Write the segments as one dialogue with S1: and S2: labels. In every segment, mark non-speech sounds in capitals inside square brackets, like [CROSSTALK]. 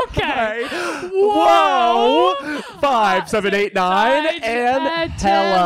S1: okay.
S2: [GASPS] Whoa! Five, seven, eight, nine,
S1: Nine,
S2: and
S1: and
S2: hello.
S1: hello.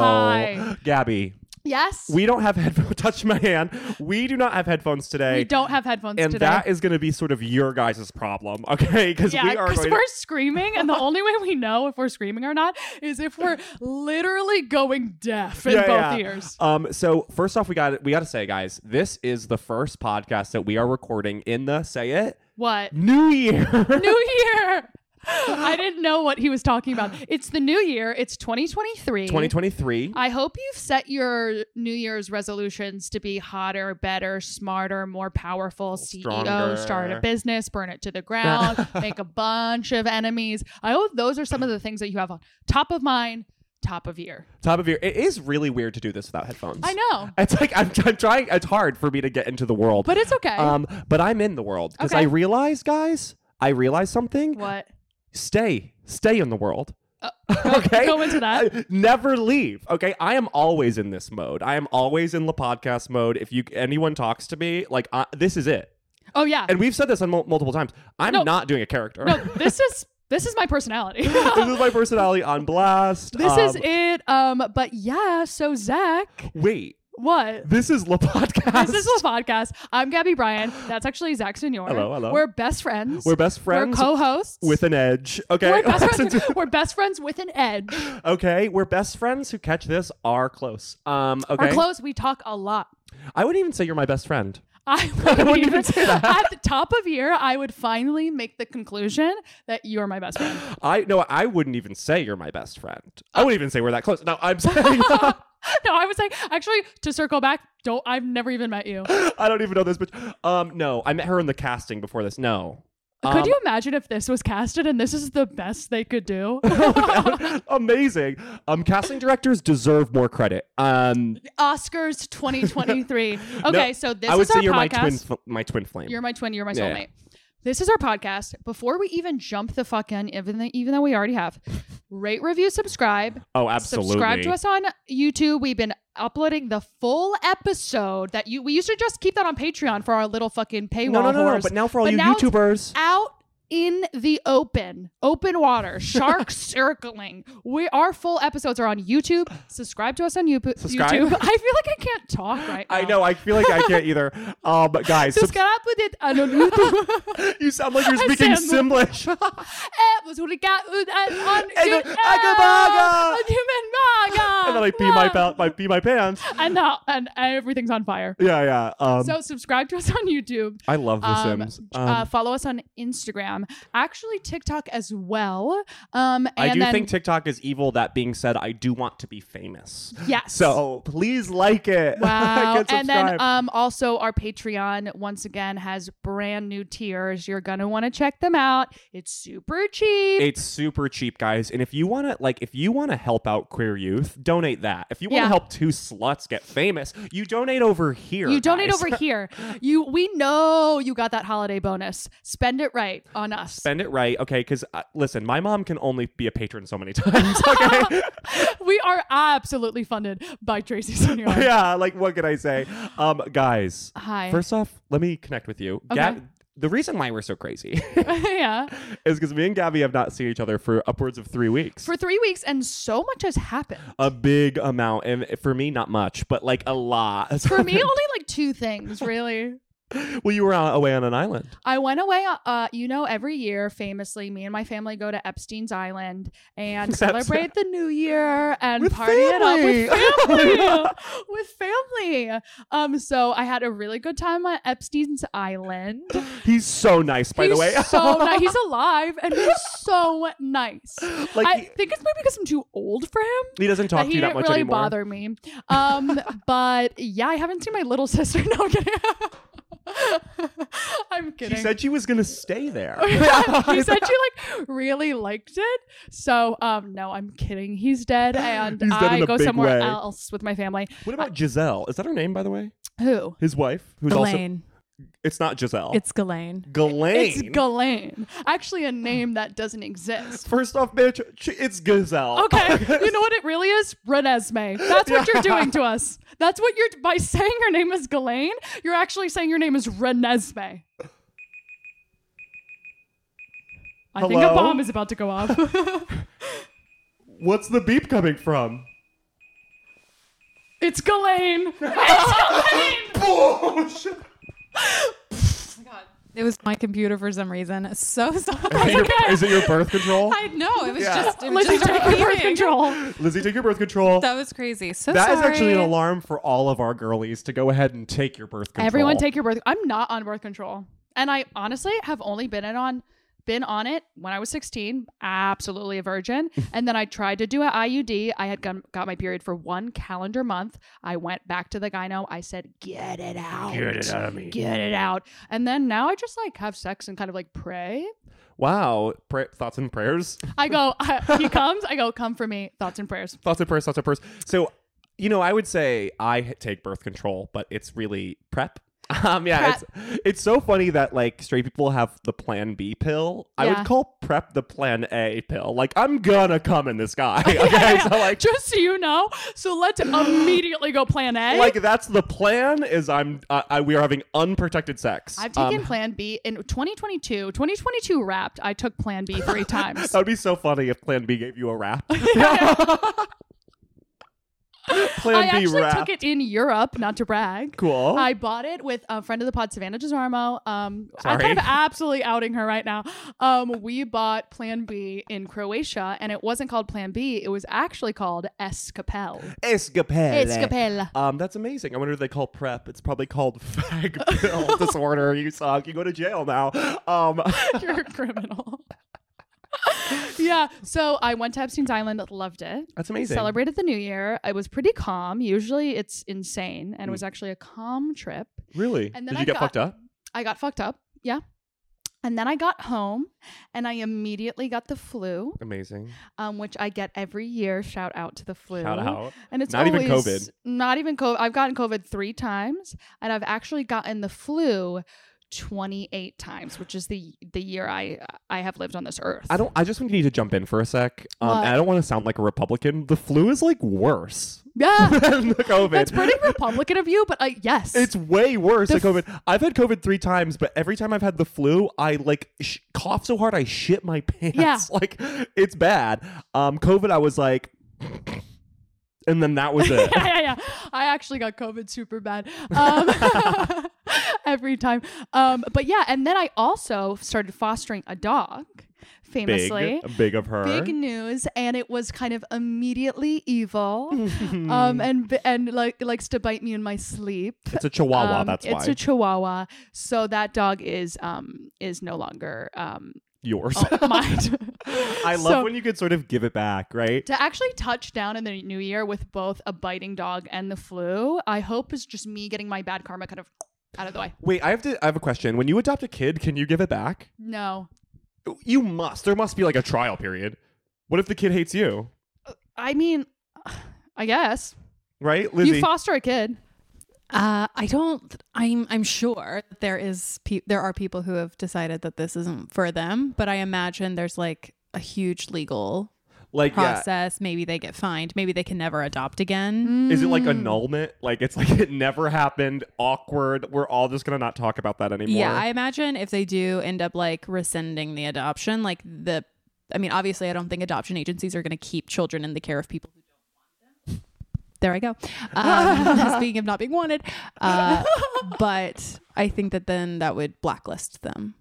S1: Hi.
S2: Gabby,
S1: Yes.
S2: we don't have headphones. [LAUGHS] Touch my hand. We do not have headphones today.
S1: We don't have headphones
S2: And
S1: today.
S2: that is going to be sort of your guys' problem, [LAUGHS] okay? Because
S1: yeah,
S2: we are
S1: because
S2: going.
S1: we're screaming, and the only way we know if we're screaming or not is if we're literally going deaf in
S2: Yeah,
S1: both
S2: yeah.
S1: ears.
S2: Um, so first off, we got we got to say, guys, this is the first podcast that we are recording in the say it [LAUGHS]
S1: What?
S2: new year. [LAUGHS]
S1: New Year! I didn't know what he was talking about. It's the new year. It's 2023.
S2: 2023.
S1: I hope you've set your New Year's resolutions to be hotter, better, smarter, more powerful, CEO,
S2: Stronger.
S1: start a business, burn it to the
S2: [LAUGHS]
S1: ground, make a bunch of enemies. I hope those are some of the things that you have on top of mind, top of year.
S2: Top of year. It is really weird to do this without headphones.
S1: I know,
S2: It's like I'm, I'm trying. It's hard for me to get into the world.
S1: but it's okay.
S2: Um, but I'm in the world because
S1: Okay.
S2: I realized, guys, I realized something.
S1: what?
S2: Stay, stay in the world.
S1: Go-
S2: [LAUGHS] okay,
S1: Go into that.
S2: I- never leave. Okay, I am always in this mode. I am always in the podcast mode. If you anyone talks to me, like I, this is it.
S1: Oh yeah.
S2: And we've said this on mul- multiple times. I'm
S1: No.
S2: not doing a character.
S1: No, this is this is my personality.
S2: [LAUGHS] this is my personality on blast.
S1: this is
S2: Um,
S1: it. Um, but yeah. So Zach,
S2: wait.
S1: what?
S2: This is the podcast.
S1: This is the podcast. I'm Gabby Bryan. That's actually Zach Senior.
S2: Hello, hello.
S1: We're best friends.
S2: We're best friends
S1: We're co-hosts.
S2: [LAUGHS] with an edge. Okay.
S1: we're best
S2: Since- [LAUGHS]
S1: friends. we're best friends with an edge.
S2: Okay, we're best friends who catch this are close. Um, okay.
S1: We're close. We talk a
S2: [LAUGHS]
S1: lot.
S2: I wouldn't even say you're my best friend.
S1: I would even, at the top of year, I would finally make the conclusion that you're my best
S2: [GASPS]
S1: friend.
S2: I no, I wouldn't even say you're my best friend.
S1: Oh.
S2: I wouldn't even say we're that close. No, I'm [LAUGHS] saying
S1: no, I was like, actually, to circle back, don't. I've never even met you. Could
S2: I don't even know this, but um, no, I met her in the casting before this. No, [LAUGHS] Um,
S1: you imagine if this was casted and this is the best they could
S2: [LAUGHS]
S1: do?
S2: amazing. Um, casting directors deserve more credit. Um,
S1: Oscars 2023. Okay,
S2: no,
S1: so this
S2: I would
S1: is
S2: say
S1: our podcast.
S2: you're my twin, f- my twin flame.
S1: You're my twin. You're my
S2: Yeah,
S1: soulmate.
S2: yeah.
S1: This is our podcast. Before we even jump the fuck in, even though, even though we already have, rate, review, subscribe.
S2: oh, absolutely.
S1: Subscribe to us on YouTube. We've been uploading the full episode that you. We used to just keep that on Patreon for our little fucking paywall.
S2: No, no, no, no.
S1: whores.
S2: But now for all
S1: But
S2: you
S1: now it's
S2: YouTubers,
S1: out in the open, open
S2: [LAUGHS]
S1: water, sharks circling. We our full episodes are on YouTube. Subscribe to us on YouTube.
S2: Subscribe.
S1: YouTube. [LAUGHS] I feel like I can't talk right now.
S2: I know. I feel like I
S1: [LAUGHS]
S2: can't either. Um, guys, subs-
S1: Subscribe with it on YouTube.
S2: you
S1: [LAUGHS]
S2: sound like you're speaking
S1: sound-
S2: Simlish.
S1: Eh, was really got- uh,
S2: [LAUGHS]
S1: uh, on-
S2: Ego-
S1: you-
S2: Agabaga!
S1: uh, you mean maga!
S2: and then I pee my,
S1: Wow.
S2: pa- my pee my pants.
S1: And now and everything's on fire.
S2: Yeah, yeah. Um,
S1: So subscribe to us on YouTube.
S2: I love The
S1: Um,
S2: Sims. Um,
S1: uh, follow us on Instagram, actually TikTok as well. Um, and
S2: I do
S1: then,
S2: think TikTok is evil. That being said, I do want to be famous.
S1: yes.
S2: So [LAUGHS] please like it. [LAUGHS]
S1: Wow.
S2: Like
S1: and
S2: subscribe.
S1: then um, also our Patreon once again has brand new tiers. You're gonna want to check them out. It's super cheap.
S2: it's super cheap, guys. And if you want to, like, if you want to help out queer youth, donate that. If you want to
S1: Yeah.
S2: help two sluts get famous, you donate over here. [LAUGHS]
S1: you donate
S2: guys.
S1: over here. You we know you got that holiday bonus. Spend it right. on us.
S2: Spend it right, okay? Because uh, listen, my mom can only be a patron so many [LAUGHS] times, okay?
S1: [LAUGHS] we are absolutely funded by Tracy Senior.
S2: [LAUGHS] yeah, like what could I say? Um, guys,
S1: Hi.
S2: first off, let me connect with you.
S1: Okay.
S2: Gab- the reason why we're so crazy
S1: [LAUGHS]
S2: [LAUGHS]
S1: yeah.
S2: is because me and Gabby have not seen each other for upwards of three weeks.
S1: For three weeks, and so much has happened.
S2: a big amount, and for me, not much, but like a lot. [LAUGHS]
S1: For me, only like two things, really.
S2: well, you were out, away on an island.
S1: I went away, uh, you know, every year, famously, me and my family go to Epstein's Island and
S2: [LAUGHS] That's-
S1: celebrate the new year and
S2: With
S1: party it up with
S2: family. [LAUGHS] Oh,
S1: family. [LAUGHS] with family. Um, so I had a really good time on Epstein's Island.
S2: He's so nice, by
S1: he's
S2: the way.
S1: so nice. He's alive and he's so nice.
S2: like
S1: I
S2: he,
S1: think it's maybe because I'm too old for him.
S2: [LAUGHS] he
S1: that
S2: doesn't talk to
S1: he
S2: you that
S1: didn't
S2: much
S1: really
S2: anymore.
S1: bother me.
S2: [LAUGHS]
S1: Um, but yeah, I haven't seen my little sister. [LAUGHS] No, I'm kidding. I'm
S2: She
S1: kidding.
S2: said she was gonna
S1: [LAUGHS]
S2: stay there.
S1: he
S2: [LAUGHS]
S1: said she like really liked it. So um, no, I'm kidding. He's dead, and
S2: He's dead
S1: I
S2: in a
S1: go
S2: big
S1: somewhere
S2: way.
S1: else with my family.
S2: What about Giselle? Is that her name, by the way?
S1: Who?
S2: His wife, who's also
S3: Ghislaine.
S2: it's not Giselle.
S3: It's Ghislaine.
S2: Ghislaine.
S1: It's Ghislaine. Actually, a name that doesn't exist.
S2: First off, bitch, ch- it's Gazelle. [LAUGHS]
S1: Okay, you know what it really is? Renesmee. That's what you're doing to us. That's what you're by saying her name is Ghislaine. You're actually saying your name is Renesmee. I think a
S2: Hello?
S1: bomb is about to go off.
S2: [LAUGHS] What's the beep
S1: [LAUGHS]
S2: coming from?
S1: it's Ghislaine.
S2: Bullshit.
S3: It was my computer for some reason. So [LAUGHS] sorry.
S2: Is it, your, is it your
S1: [LAUGHS]
S2: birth control?
S3: I know. It was
S2: Yeah.
S3: just. It was
S1: Lizzie,
S3: just
S1: take your birth
S3: repeating.
S1: control.
S2: Lizzie, take your birth control. That is
S3: That was crazy. So
S2: actually an
S3: sorry.
S2: alarm for all of our girlies to go ahead and take your birth control.
S1: Everyone take your birth. I'm not on birth control, and I honestly have only been in on been on it when I was 16. Absolutely a
S2: [LAUGHS]
S1: virgin, and then I tried to do a IUD. I had got, got my period for one calendar month. I went back to the gyno. I said, "Get it out,
S2: Get it out of me.
S1: Get it out." And then now I just like have sex and kind of like pray.
S2: Wow. Pray- thoughts and prayers. [LAUGHS]
S1: I go, [LAUGHS] I, he comes. I go, come for me. Thoughts and prayers.
S2: Thoughts and prayers. Thoughts and prayers. So, you know, I would say I h- take birth control, but it's really prep. [LAUGHS] Um, yeah, it's it's so funny that like straight people have the Plan B pill. I
S1: Yeah.
S2: would call prep the Plan A pill. Like I'm gonna come in
S1: [LAUGHS]
S2: this guy. Okay, so like
S1: Just so you know, so
S2: [GASPS]
S1: let's immediately go plan A.
S2: like that's the plan is I'm I, I we are having unprotected sex.
S1: I've taken
S2: Um,
S1: Plan B in 2022. 2022 wrapped. I took Plan B
S2: [LAUGHS]
S1: three times.
S2: that would be so funny if Plan B gave you
S1: [LAUGHS]
S2: a rap. [LAUGHS]
S1: I
S2: plan B
S1: actually
S2: rap.
S1: took it in Europe, not to brag.
S2: cool.
S1: I bought it with a friend of the pod, Savannah Desarmo. Um, I'm
S2: Sorry.
S1: kind of absolutely outing her right now. Um, we bought Plan B in Croatia, and it wasn't called Plan B. It was actually called Escapel.
S2: Escapade.
S1: Escapel.
S2: Um, that's amazing. I wonder if they call prep. It's probably called [LAUGHS] fag [LAUGHS] pill disorder. You suck. You go to jail now. Um,
S1: [LAUGHS] You're a criminal. [LAUGHS] yeah. So I went to Epstein's Island, loved it.
S2: that's amazing.
S1: Celebrated the new year. It was pretty calm. Usually it's insane, and it was actually a calm trip.
S2: Really?
S1: And then
S2: Mm. Did you
S1: I
S2: get
S1: got-
S2: fucked up?
S1: I got fucked up. Yeah. And then I got home and I immediately got the flu,
S2: Amazing.
S1: um, which I get every year. Shout out to the flu.
S2: Shout out.
S1: And it's
S2: Not even
S1: always-
S2: COVID.
S1: Not even COVID. I've gotten COVID three times and I've actually gotten the flu 28 times, which is the the year I I have lived on this earth.
S2: I don't. I just need to jump in for a sec. Um,
S1: What?
S2: and I don't want to sound like a Republican. The flu is like worse [LAUGHS]
S1: Yeah.
S2: than the COVID.
S1: That's pretty Republican of you, but I yes.
S2: It's way worse
S1: The
S2: than COVID. I've had COVID three times, but every time I've had the flu, I like sh- cough so hard I shit my [LAUGHS] pants.
S1: Yeah.
S2: like it's bad. Um, COVID, I was like, [LAUGHS] and then that was it.
S1: [LAUGHS] yeah, yeah, yeah. I actually got COVID super bad um, [LAUGHS] every time. Um, but yeah, and then I also started fostering a dog, famously.
S2: big, big of her.
S1: Big news, and it was kind of immediately
S2: [LAUGHS]
S1: evil, um, and b- and like likes to bite me in my sleep.
S2: it's a chihuahua.
S1: Um,
S2: that's
S1: it's
S2: why
S1: a Chihuahua, so that dog is um is no longer um
S2: yours.
S1: [LAUGHS] mine.
S2: [LAUGHS] I love
S1: Oh, so-
S2: when you could sort of give it back, right?
S1: To actually touch down in the new year with both a biting dog and the flu, I hope is just me getting my bad karma kind of [SNIFFS] out of the way.
S2: Wait, I have to. I have a question. When you adopt a kid, can you give it back? Oh,
S1: No.
S2: You must. There must be like a trial period. What if the kid hates you?
S1: I mean, [SIGHS] I guess.
S2: Right, Lizzie.
S1: You foster a kid.
S3: Uh, I don't. I'm. I'm sure that there is. Pe- there are people who have decided that this isn't for them, but I imagine there's like a huge legal
S2: Like, yeah.
S3: process. Maybe they get fined. Maybe they can never adopt again.
S2: Is it
S1: Hmm.
S2: like annulment? Like it's [LAUGHS] like it never happened. Awkward. We're all just gonna not talk about that anymore.
S3: Yeah, I imagine if they do end up like rescinding the adoption, like the. I mean, obviously, I don't think adoption agencies are going to keep children in the care of people who don't want them. There I go. Um, [LAUGHS] speaking of not being wanted,
S2: [LAUGHS]
S3: uh, but I think that then that would blacklist them.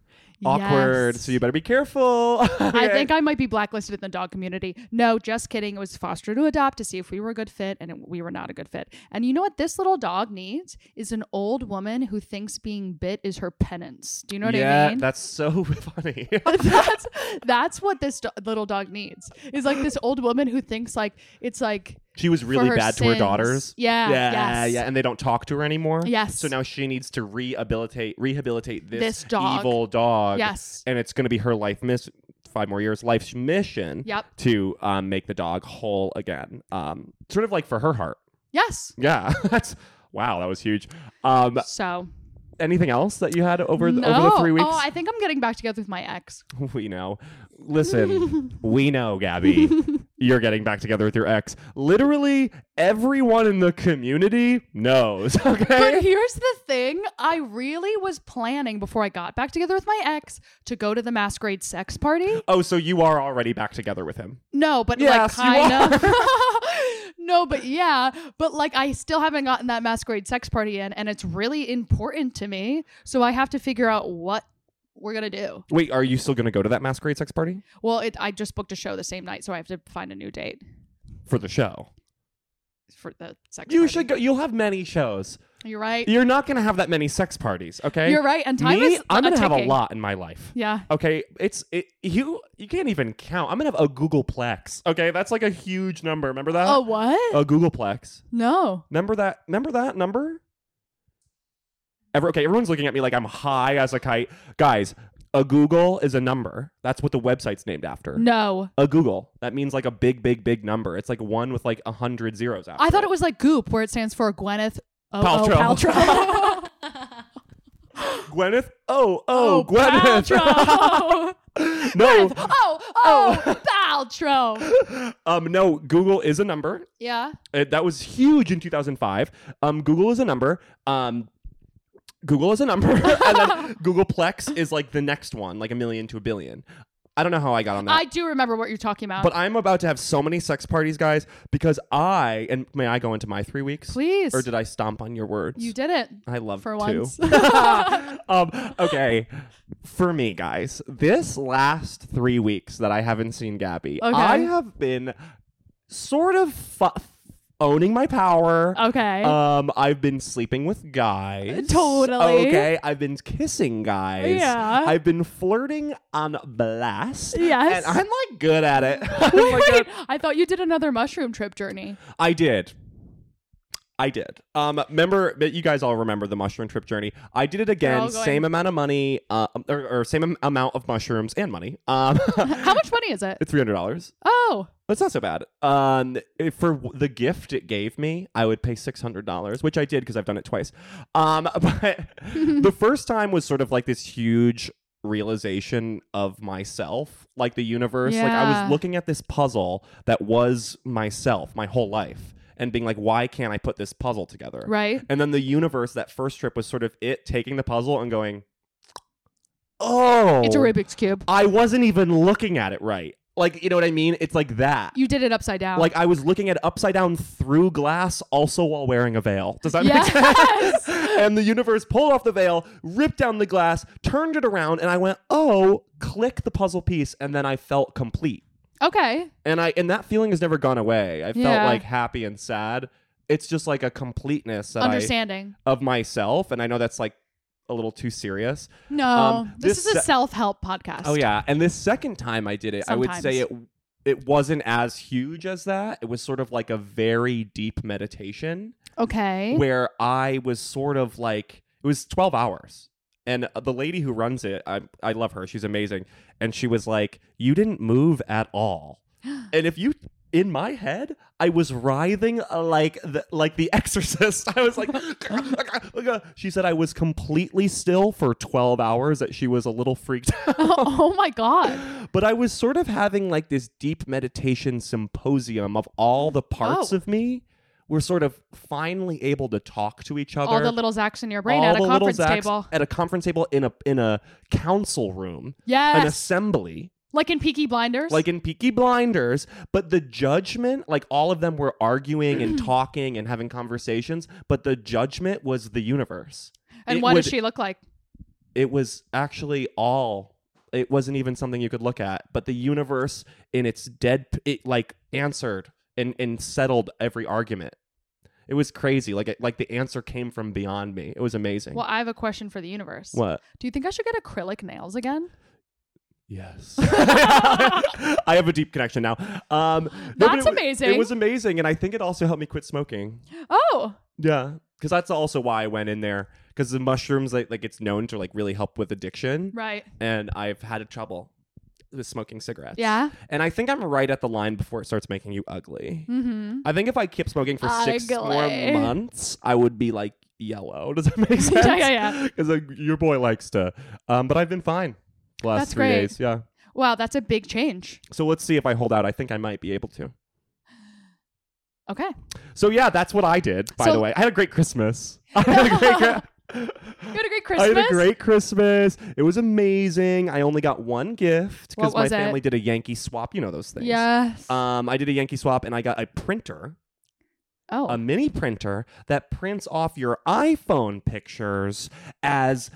S2: Awkward.
S1: Yes.
S2: So you better be careful. [LAUGHS]
S1: I think I might be blacklisted in the dog community. No, just kidding. It was foster to adopt to see if we were a good fit, and it, we were not a good fit. And you know what this little dog needs is an old woman who thinks being bit is her penance. Do you know what
S2: yeah,
S1: I mean?
S2: that's so [LAUGHS] funny.
S1: [LAUGHS] that's that's what this do- little dog needs is like this old woman who thinks like it's like
S2: she was
S1: for
S2: really
S1: her
S2: bad to her
S1: sins.
S2: daughters.
S1: Yeah,
S2: yeah,
S1: yes.
S2: yeah, and they don't talk to her anymore.
S1: Yes.
S2: So now she needs to rehabilitate rehabilitate this,
S1: This dog.
S2: evil dog.
S1: Yes.
S2: And it's going to be her life miss five more years life's mission.
S1: Yep.
S2: To um, make the dog whole again. Um, sort of like for her heart.
S1: yes.
S2: Yeah. [LAUGHS] That's wow. That was huge. Um,
S1: So
S2: anything else that you had over the,
S1: no.
S2: over the three weeks?
S1: Oh, I think I'm getting back together with my ex.
S2: [LAUGHS] We know. Listen, we
S1: [LAUGHS]
S2: know, Gabby. You're getting back together with your ex. Literally everyone in the community knows, [LAUGHS]
S1: But
S2: okay?
S1: here's the thing I really was planning before I got back together with my ex to go to the masquerade sex party.
S2: Oh, so you are already back together with him.
S1: No, but
S2: Yes, you
S1: like kind of. [LAUGHS] no, but yeah. But like I still haven't gotten that masquerade sex party in, and it's really important to me. So I have to figure out what we're going to do.
S2: Wait, are you still going to go to that masquerade sex party
S1: Well, it, I just booked a show the same night, so I have to find a new date
S2: for the show?
S1: for the sex
S2: You
S1: party.
S2: should go. You'll have many shows.
S1: You're right.
S2: You're not going to have that many sex parties, okay?
S1: You're right. And time
S2: Me,
S1: is
S2: I'm gonna have a
S1: ticking.
S2: lot in my life.
S1: Yeah.
S2: Okay, it's it, you. You can't even count. I'm gonna have a Googleplex. Okay, that's like a huge number. Remember that?
S1: Oh, what?
S2: a Googleplex.
S1: no.
S2: Remember that? Remember that number? Ever, okay, everyone's looking at me like I'm high as a kite. Guys, a Google is a number. That's what the website's named after.
S1: No.
S2: A Google. That means like a big, big, big number. It's like one with like a hundred zeros after.
S1: I thought it was like Goop, where it stands for Gwyneth oh,
S2: Paltrow.
S1: Oh, Paltrow.
S2: Gwyneth. [LAUGHS] Oh,
S1: [LAUGHS]
S2: oh, Gwyneth. [LAUGHS]
S1: Paltrow. [LAUGHS]
S2: no,
S1: oh, oh, Paltrow.
S2: um, no. Google is a number.
S1: Yeah.
S2: Uh, that was huge in 2005. Um, Google is a number. Um, Google is a number, [LAUGHS] and
S1: [LAUGHS]
S2: then Googleplex is like the next one, like a million to a billion. I don't know how I got on that,
S1: I do remember what you're talking about.
S2: but I'm about to have so many sex parties, guys, because I and may I go into my three weeks,
S1: Please.
S2: or did I stomp on your words?
S1: you did it.
S2: I love
S1: For
S2: to.
S1: once.
S2: [LAUGHS]
S1: [LAUGHS]
S2: um, okay, for me, guys, this last three weeks that I haven't seen Gabby,
S1: Okay.
S2: I have been sort of fu- owning my power.
S1: Okay. [LAUGHS]
S2: Um, I've been sleeping with guys.
S1: Totally.
S2: Okay. I've been kissing guys.
S1: Yeah.
S2: I've been flirting on blast.
S1: Yes.
S2: And I'm like good at it. [LAUGHS] I'm, like,
S1: Wait,
S2: good-
S1: Oh I thought you did another mushroom trip journey.
S2: I did. I did. Um, remember that you guys all remember the mushroom trip journey. I did it
S1: all
S2: again.
S1: going-
S2: Same amount of money, uh, or, or same am- amount of mushrooms and money. Um, [LAUGHS]
S1: How much money is it?
S2: three hundred dollars.
S1: Oh,
S2: That's not so bad. Um, if for w- the gift it gave me, I would pay six hundred dollars, which I did because I've done it twice. Um,
S1: [LAUGHS]
S2: [LAUGHS] but the first time was sort of like this huge realization of myself, like the universe. Like I
S1: Yeah.
S2: was looking at this puzzle that was myself my whole life, and being like, why can't I put this puzzle together?
S1: right.
S2: And then the universe, that first trip was sort of it taking the puzzle and going, oh,
S1: It's a Rubik's Cube.
S2: I wasn't even looking at it right. Like you know what I mean? It's like that.
S1: You did it upside down.
S2: Like I was looking at upside down through glass, also while wearing a veil. Does that make sense? [LAUGHS]
S1: yes.
S2: And the universe pulled off the veil, ripped down the glass, turned it around, and I went, "Oh!" Click the puzzle piece, and then I felt complete.
S1: okay.
S2: And I and that feeling has never gone away. I felt
S1: Yeah.
S2: like happy and sad. It's just like a completeness that I,
S1: Understanding.
S2: of myself, and I know that's like a little too serious.
S1: No,
S2: um,
S1: this,
S2: this
S1: is a
S2: se-
S1: self-help podcast.
S2: Oh yeah, and this second time I did it, I would
S1: Sometimes.
S2: say it it wasn't as huge as that. It was sort of like a very deep meditation
S1: Okay.
S2: where I was sort of like it was 12 hours. And uh, the lady who runs it, I
S1: [GASPS]
S2: I love her. She's amazing. And she was like, "You didn't move at all." And if you in my head, I was writhing uh, like the, like The [LAUGHS] Exorcist. I was like, [LAUGHS] she said I was completely still for twelve hours. That she was a little freaked out,
S1: [LAUGHS] oh my god.
S2: but I was sort of having like this deep meditation symposium of all the parts
S1: Oh.
S2: of me. We're sort of finally able to talk to each other.
S1: All the little Zacks in your brain
S2: all
S1: at a
S2: the little
S1: conference
S2: Zacks
S1: table.
S2: at a conference table in a in a council room, an
S1: Yes.
S2: assembly
S1: like in Peaky Blinders.
S2: like in Peaky Blinders, but the judgment, like all of them were
S1: [CLEARS THROAT]
S2: arguing and talking and having conversations, but the judgment was the universe.
S1: and
S2: it
S1: what does
S2: would-
S1: she look like?
S2: It was actually all. It wasn't even something you could look at, but the universe in its dead, it like answered and and settled every argument. It was crazy. Like it, like the answer came from beyond me. It was amazing.
S1: Well, I have a question for the universe.
S2: What?
S1: Do you think I should get acrylic nails again? [LAUGHS]
S2: Yes. I have a deep connection now. Um, no, but
S1: That's
S2: it wa-
S1: amazing.
S2: It was amazing, and I think it also helped me quit smoking.
S1: Oh,
S2: Yeah, because that's also why I went in there. Because the mushrooms, like, like it's known to like really help with addiction,
S1: right.
S2: and I've had trouble with smoking cigarettes.
S1: Yeah.
S2: and I think I'm right at the line before it starts making you ugly.
S1: Mm-hmm.
S2: I think if I kept smoking for six more
S1: Ugly.
S2: months, I would be like yellow. Does that make
S1: [LAUGHS]
S2: sense?
S1: Yeah, yeah, yeah.
S2: Because like, your boy likes to, um, but I've been fine. The last
S1: That's
S2: three
S1: great.
S2: days, yeah.
S1: Wow, that's a big change.
S2: So let's see if I hold out. I think I might be able to.
S1: Okay.
S2: So yeah, that's what I did. By
S1: So-
S2: the way, I had a great Christmas. [LAUGHS] I had a
S1: [LAUGHS]
S2: great Chri-
S1: You had a great Christmas.
S2: [LAUGHS] I had a great Christmas. It was amazing. I only got one gift because
S1: What
S2: my
S1: was it?
S2: family did a Yankee swap. You know those things.
S1: Yes.
S2: Um, I did a Yankee swap and I got a printer,
S1: oh.
S2: a mini printer that prints off your iPhone pictures as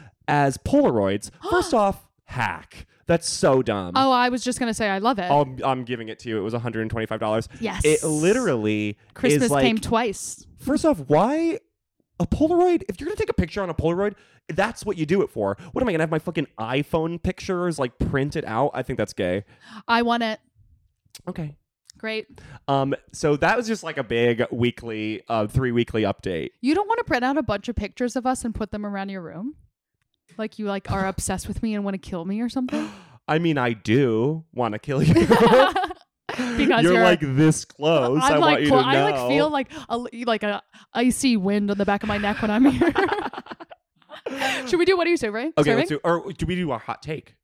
S1: [GASPS]
S2: as Polaroids. First off, hack. That's so dumb.
S1: oh, I was just gonna say I love it.
S2: I'm, I'm giving it to you. It was $125.
S1: yes.
S2: It literally
S1: Christmas
S2: is like
S1: came twice.
S2: First off, why a Polaroid? If you're gonna take a picture on a Polaroid, that's what you do it for. What am I gonna have my fucking iPhone pictures like printed out? I think that's gay.
S1: I won it.
S2: Okay.
S1: Great.
S2: Um. So that was just like a big weekly, uh, three weekly update.
S1: You don't want to print out a bunch of pictures of us and put them around your room? Like you like
S2: [LAUGHS]
S1: are obsessed with me and want to kill me or something? [LAUGHS]
S2: I mean, I do want to kill you
S1: Because
S2: you're,
S1: you're-
S2: like this close. I
S1: I'm
S2: want
S1: like
S2: you to
S1: clo-
S2: know.
S1: I like feel like a like a icy wind on the back of my neck when I'm
S2: [LAUGHS]
S1: here. Should we do what are you serving?
S2: Okay,
S1: serving?
S2: let's do. Or do we do a hot take?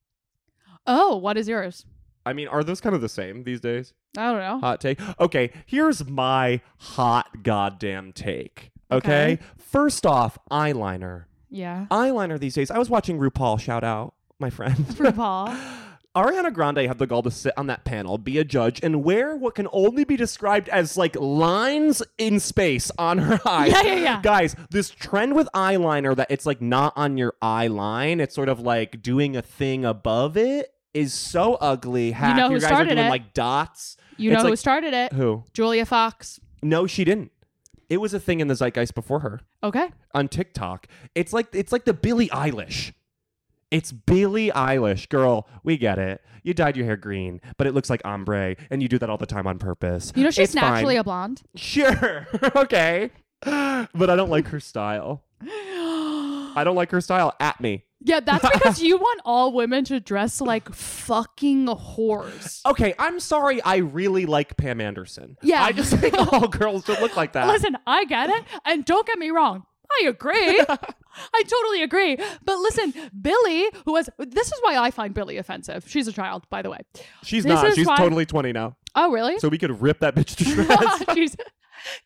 S1: oh, what is yours?
S2: I mean, are those kind of the same these days?
S1: I don't know.
S2: Hot take. Okay, here's my hot goddamn take. Okay?
S1: Okay.
S2: First off, eyeliner.
S1: yeah.
S2: Eyeliner these days. I was watching RuPaul shout out, my friend. [LAUGHS]
S1: RuPaul.
S2: Ariana Grande had the gall to sit on that panel, be a judge, and wear what can only be described as like lines in space on her [LAUGHS] eyes.
S1: Yeah, yeah, yeah.
S2: Guys, this trend with eyeliner that it's like not on your eye line, it's sort of like doing a thing above it is so ugly. Hack.
S1: know who
S2: guys
S1: started
S2: are doing
S1: it?
S2: like dots.
S1: You
S2: It's
S1: know who
S2: like-
S1: started it?
S2: Who?
S1: Julia Fox.
S2: No, she didn't. It was a thing in the zeitgeist before her
S1: Okay.
S2: on TikTok. It's like it's like the Billie Eilish. It's Billie Eilish, girl. We get it. You dyed your hair green, but it looks like ombre, and you do that all the time on purpose.
S1: You know she's
S2: It's fine.
S1: naturally a blonde.
S2: [LAUGHS] sure. [LAUGHS] okay, but I don't like her style. I don't like her style. At me.
S1: Yeah, that's
S2: [LAUGHS]
S1: because you want all women to dress like fucking whores.
S2: Okay, I'm sorry. I really like Pam Anderson.
S1: Yeah.
S2: I just think all girls should look like
S1: [LAUGHS]
S2: that.
S1: Listen, I get it. And don't get me wrong. I
S2: [LAUGHS]
S1: agree. I totally agree. But listen, Billy, who has this is why I find Billy offensive. She's a child, by the way.
S2: She's
S1: this
S2: not.
S1: is
S2: She's
S1: why-
S2: totally 20 now.
S1: Oh, really?
S2: So we could rip that bitch to shreds.
S1: [LAUGHS]
S2: [LAUGHS]
S1: She's-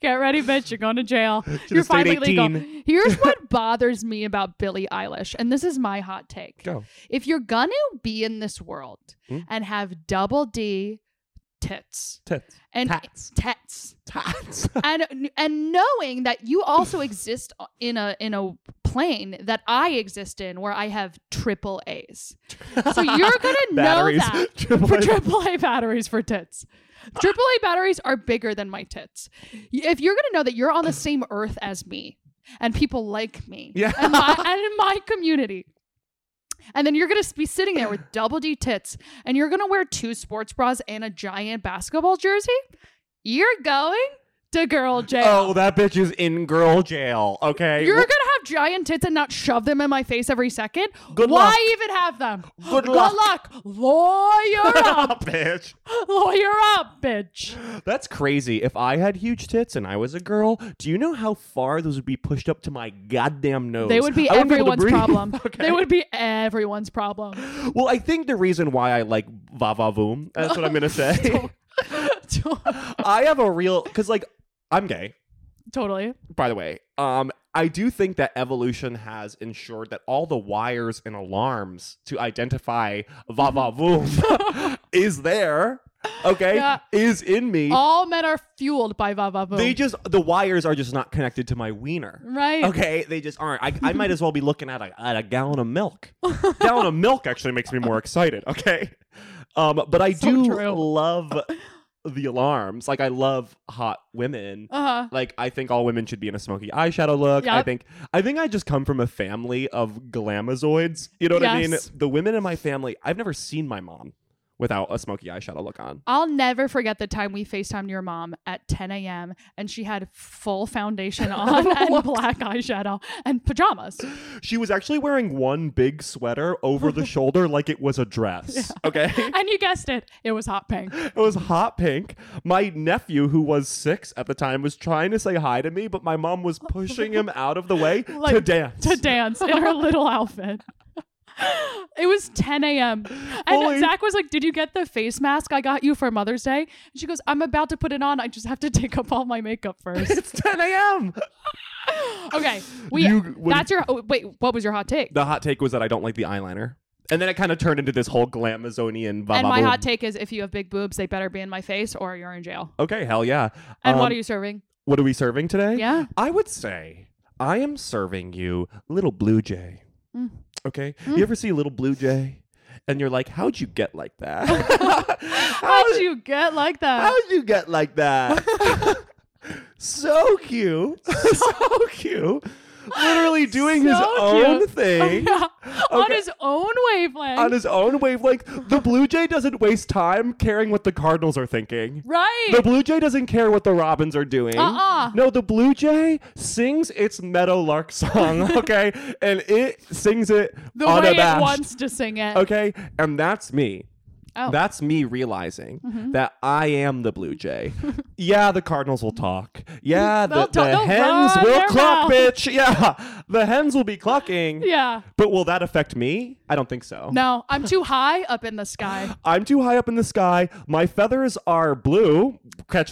S1: Get ready, bitch. You're going to jail. You're
S2: the state
S1: finally
S2: 18.
S1: legal. Here's
S2: [LAUGHS]
S1: what bothers me about Billie Eilish, and this is my hot take.
S2: Go. Hmm?
S1: If you're going to be in this world and have double D tits
S2: Tits.
S1: and
S2: Tats.
S1: tits [LAUGHS]
S2: Tots.
S1: and and knowing that you also exist in a in a plane that I exist in where I have triple A's. So you're gonna know
S2: [LAUGHS] Batteries.
S1: that
S2: [LAUGHS]
S1: [LAUGHS]
S2: Triple
S1: for
S2: A.
S1: triple A batteries for tits. Triple A batteries are bigger than my tits. Y- If you're gonna know that you're on the same earth as me and people like me
S2: Yeah.
S1: and, my, and in my community. And then you're gonna be sitting there with double D tits, and you're gonna wear two sports bras and a giant basketball jersey. You're going to girl jail.
S2: Oh, that bitch is in girl jail. Okay.
S1: You're
S2: Well,
S1: gonna have giant tits and not shove them in my face every second,
S2: Good
S1: why
S2: luck.
S1: even have them?
S2: Good luck.
S1: Lawyer
S2: [LAUGHS]
S1: up.
S2: bitch.
S1: Lawyer up, bitch.
S2: That's crazy. If I had huge tits and I was a girl, do you know how far those would be pushed up to my goddamn nose?
S1: They would be
S2: I wouldn't able to
S1: everyone's
S2: breathe.
S1: problem.
S2: Okay.
S1: They would be everyone's problem.
S2: [LAUGHS] Well, I think the reason why I like va va voom, that's what I'm
S1: [LAUGHS]
S2: gonna say. I have a real because like I'm gay,
S1: totally.
S2: by the way. Um, I do think that evolution has ensured that all the wires and alarms to identify va va voom [LAUGHS] is there.
S1: Mm-hmm.
S2: Okay,
S1: Yeah.
S2: is in me.
S1: All men are fueled by va va voom.
S2: they just the wires are just not connected to my wiener.
S1: right.
S2: Okay, they just aren't. I, I might as well be looking at a, at a gallon of milk. gallon of milk actually makes me more excited. Okay, um, but I
S1: So
S2: do
S1: true.
S2: love the alarms. Like I love hot women.
S1: Uh huh.
S2: Like I think all women should be in a smoky eyeshadow look. I
S1: Yep.
S2: think I think I just come from a family of glamazoids. You know what I mean?
S1: Yes.
S2: The women in my family. I've never seen my mom without a smoky eyeshadow look on.
S1: I'll never forget the time we FaceTimed your mom at 10 a.m. and she had full
S2: [LAUGHS]
S1: foundation on and black eyeshadow and pajamas.
S2: She was actually wearing one big sweater over
S1: [LAUGHS]
S2: the shoulder like it was a dress. Okay.
S1: And you guessed it, it was hot
S2: [LAUGHS]
S1: pink.
S2: It was hot pink. My nephew, who was six at the time, was trying to say hi to me, but my mom was pushing him out of the way to
S1: Oh, [LAUGHS] Like,
S2: dance.
S1: to dance in her little outfit. It was 10 a.m. And
S2: Fully.
S1: Zach was like, Did you get the face mask I got you for Mother's Day? And she goes, I'm about to put it on. I just have to take up all my makeup first.
S2: it's 10 a.m. [LAUGHS]
S1: okay. We,
S2: You- what-
S1: that's your, oh, wait, what was your hot take?
S2: The hot take was that I don't like the eyeliner. And then it kind of turned into this whole glamazonian va
S1: and my hot take is if you have big boobs, they better be in my face or you're in jail.
S2: Okay, hell yeah.
S1: And what
S2: Um,
S1: are you serving?
S2: what are we serving today?
S1: Yeah.
S2: I would say I am serving you Little Blue Jay.
S1: Mm.
S2: Okay? You ever see Little Blue Jay? And you're like, how'd you get like that?
S1: [LAUGHS]
S2: [LAUGHS]
S1: How'd you get like that?
S2: How'd you get like that? [LAUGHS] so cute.
S1: [LAUGHS]
S2: [LAUGHS] so cute. Literally doing his
S1: So
S2: own
S1: cute. [LAUGHS]
S2: thing.
S1: On
S2: Okay.
S1: his own wavelength.
S2: On his own wavelength, the Blue Jay doesn't waste time caring what the Cardinals are thinking.
S1: right.
S2: The Blue Jay doesn't care what the Robins are doing.
S1: Uh-uh.
S2: No, the Blue Jay sings its
S1: [LAUGHS]
S2: Meadowlark song, okay? and it sings it
S1: the way
S2: unabashed.
S1: it wants to sing it.
S2: Okay? And that's me.
S1: Oh. Mm-hmm.
S2: That's me realizing that I am the
S1: [LAUGHS]
S2: Blue Jay. yeah, the Cardinals will talk. Yeah, the,
S1: They'll talk-
S2: the
S1: they'll
S2: hens
S1: run
S2: will
S1: their
S2: cluck,
S1: mouth.
S2: bitch. [LAUGHS] Yeah, the hens will be clucking.
S1: yeah.
S2: But will that affect me? I don't think so.
S1: No, I'm too high up in the sky.
S2: [GASPS] I'm too high up in the sky. My feathers are blue. Catch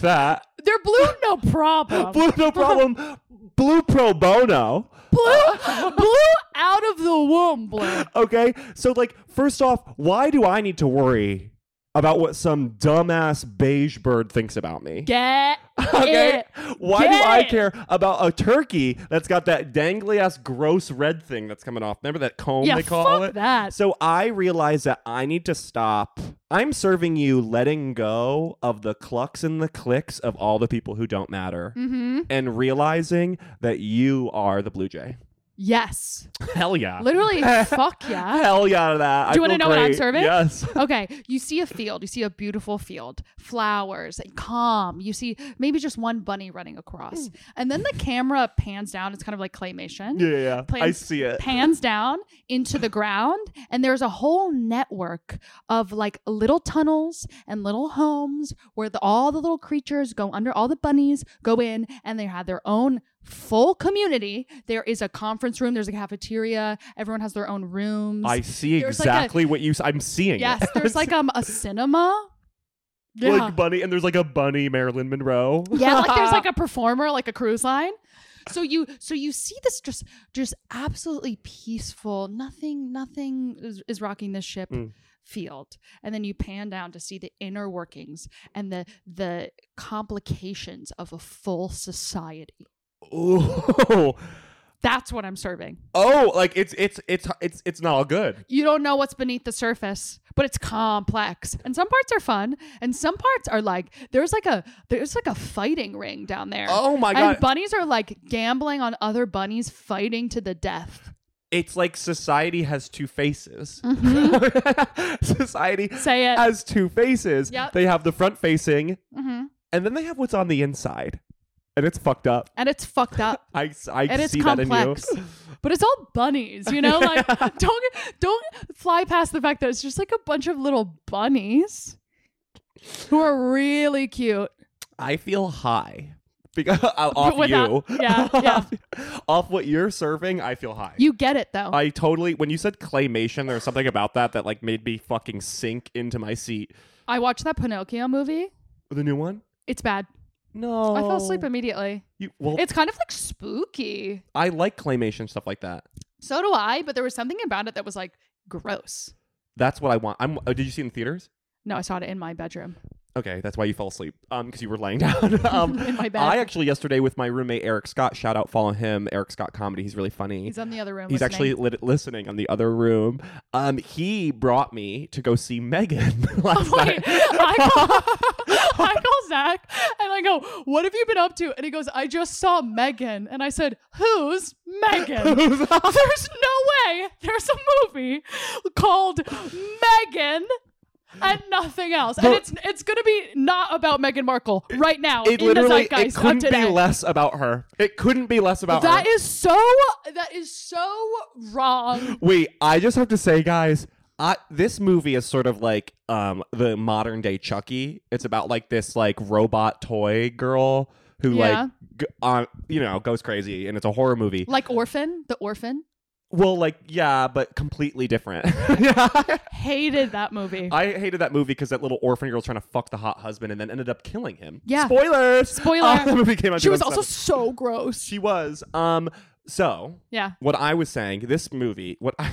S1: [LAUGHS]
S2: that.
S1: They're blue, no problem.
S2: [LAUGHS] Blue, no problem. blue pro bono.
S1: blue, blue out of the womb, blue.
S2: Okay? So, like, first off, why do I need to worry about what some dumbass beige bird thinks about me?
S1: Get
S2: [LAUGHS] Okay.
S1: it.
S2: Why do
S1: Get
S2: I
S1: it.
S2: care about a turkey that's got that dangly ass gross red thing that's coming off? Remember that comb
S1: Yeah,
S2: they call
S1: fuck
S2: it?
S1: that.
S2: So I realize that I need to stop. I'm serving you letting go of the clucks and the clicks of all the people who don't matter
S1: Mm-hmm.
S2: and realizing that you are the Blue Jay.
S1: Yes.
S2: [LAUGHS] Hell yeah. [LAUGHS]
S1: Literally, fuck yeah.
S2: Hell yeah to that.
S1: Do you
S2: want
S1: wanna
S2: to
S1: know what I'm serving?
S2: Yes.
S1: [LAUGHS]
S2: [LAUGHS]
S1: Okay, you see a field, you see a beautiful field, flowers, and calm. You see maybe just one bunny running across. And then the camera pans down. It's kind of like claymation.
S2: Mm. Yeah, yeah, yeah. I
S1: Plants-
S2: see it.
S1: pans down into the ground and there's a whole network of like little tunnels and little homes where the, all the little creatures go under all the bunnies go in and they have their own full community there is a conference room there's a cafeteria everyone has their own rooms
S2: I see
S1: There's like a-
S2: exactly what you. s- I'm seeing.
S1: yes
S2: it.
S1: there's like um, a cinema yeah.
S2: [LAUGHS] like bunny, and there's like a bunny Marilyn Monroe.
S1: Yeah, like there's
S2: [LAUGHS]
S1: like a performer, like a cruise line. So you so you see this just just absolutely peaceful. Nothing nothing is, is rocking this ship
S2: Mm.
S1: field. And then you pan down to see the inner workings and the the complications of a full society.
S2: Ooh. [LAUGHS]
S1: That's what I'm serving.
S2: Oh, like it's it's it's it's it's not all good.
S1: You don't know what's beneath the surface, but it's complex. And some parts are fun, and some parts are like there's like a there's like a fighting ring down there.
S2: Oh my
S1: and
S2: god.
S1: bunnies are like gambling on other bunnies fighting to the death.
S2: it's like society has two faces. [LAUGHS] society
S1: Mm-hmm. Say it.
S2: has two faces.
S1: Yep.
S2: They have the front facing
S1: Mhm.
S2: and then they have what's on the inside. and it's fucked up.
S1: and it's fucked up.
S2: I, [LAUGHS] I
S1: and it's
S2: see
S1: complex.
S2: that in you.
S1: But it's all bunnies, you know?
S2: [LAUGHS]
S1: Like don't don't fly past the fact that it's just like a bunch of little bunnies who are really cute.
S2: I feel high because [LAUGHS] off
S1: Without-
S2: you.
S1: yeah, yeah.
S2: [LAUGHS] off what you're serving, I feel high.
S1: You get it though.
S2: I totally. When you said claymation, there was something about that that like made me fucking sink into my seat.
S1: I watched that Pinocchio movie.
S2: The new one?
S1: It's bad.
S2: No,
S1: I fell asleep
S2: Oh.
S1: immediately.
S2: You, well,
S1: It's kind of like spooky.
S2: I like claymation stuff like that.
S1: So do I, but there was something about it that was like gross.
S2: That's what I want. I'm. Oh, did you see it in theaters?
S1: No, I saw it in my bedroom.
S2: Okay, that's why you fell asleep. Um, because you were
S1: [LAUGHS]
S2: laying [LAUGHS] down. um,
S1: In my bed.
S2: I actually yesterday with my roommate Eric Scott. Shout out, follow him, Eric Scott comedy. He's really funny.
S1: He's on the other room.
S2: He's
S1: listening. [LAUGHS]
S2: actually lit- listening on the other room. Um, he brought me to go see Megan [LAUGHS] last
S1: Oh, Wait,
S2: night. [LAUGHS]
S1: I call, [LAUGHS] I call Zach and I go, What have you been up to? And he goes, I just saw Megan. And I said, Who's
S2: [LAUGHS]
S1: Megan? [LAUGHS] There's no way there's a movie called Megan and nothing else. And
S2: The-
S1: it's it's gonna be not about Meghan Markle right now.
S2: It
S1: in the
S2: literally it
S1: zeitgeist of
S2: couldn't be
S1: today.
S2: less about her. It couldn't be less about
S1: That
S2: her.
S1: is so that is so
S2: [LAUGHS]
S1: wrong.
S2: Wait, I just have to say, guys, I, this movie is sort of like um the modern day Chucky. It's about like this like robot toy girl who
S1: Yeah.
S2: like g- uh, you know goes crazy, and it's a horror movie.
S1: Like Orphan, the Orphan.
S2: Well, like yeah, but completely different. [LAUGHS] yeah.
S1: Hated that movie.
S2: I hated that movie because that little orphan girl trying to fuck the hot husband and then ended up killing him.
S1: Yeah.
S2: Spoilers.
S1: Spoiler.
S2: [LAUGHS] Uh, that movie came out. in
S1: she was also
S2: 2007.
S1: so gross.
S2: She was. Um. So
S1: Yeah. [LAUGHS]
S2: what I was saying, this movie, what I,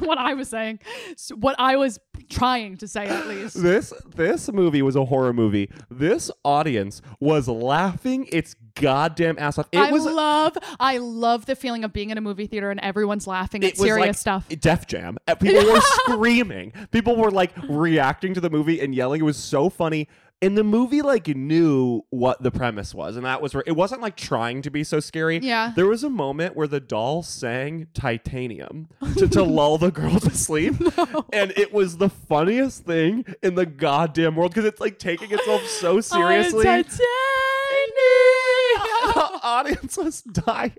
S1: what I was saying, s- what I was trying to say at least.
S2: this this movie was a horror movie. This audience was laughing its goddamn ass off. It
S1: I
S2: was.
S1: love, I love the feeling of being in a movie theater and everyone's laughing
S2: it
S1: at
S2: was
S1: serious
S2: like
S1: stuff.
S2: Def Jam. Uh, People
S1: [LAUGHS]
S2: were screaming. People were like reacting to the movie and yelling. It was so funny. And the movie like knew what the premise was, and that was where it wasn't like trying to be so scary.
S1: Yeah.
S2: There was a moment where the doll sang Titanium
S1: [LAUGHS]
S2: to, to lull the girl to sleep. And it was the funniest thing in the goddamn world because it's like taking itself
S1: [LAUGHS]
S2: so seriously.
S1: I'm Titanic.
S2: [LAUGHS] the audience
S1: [LAUGHS]
S2: was dying.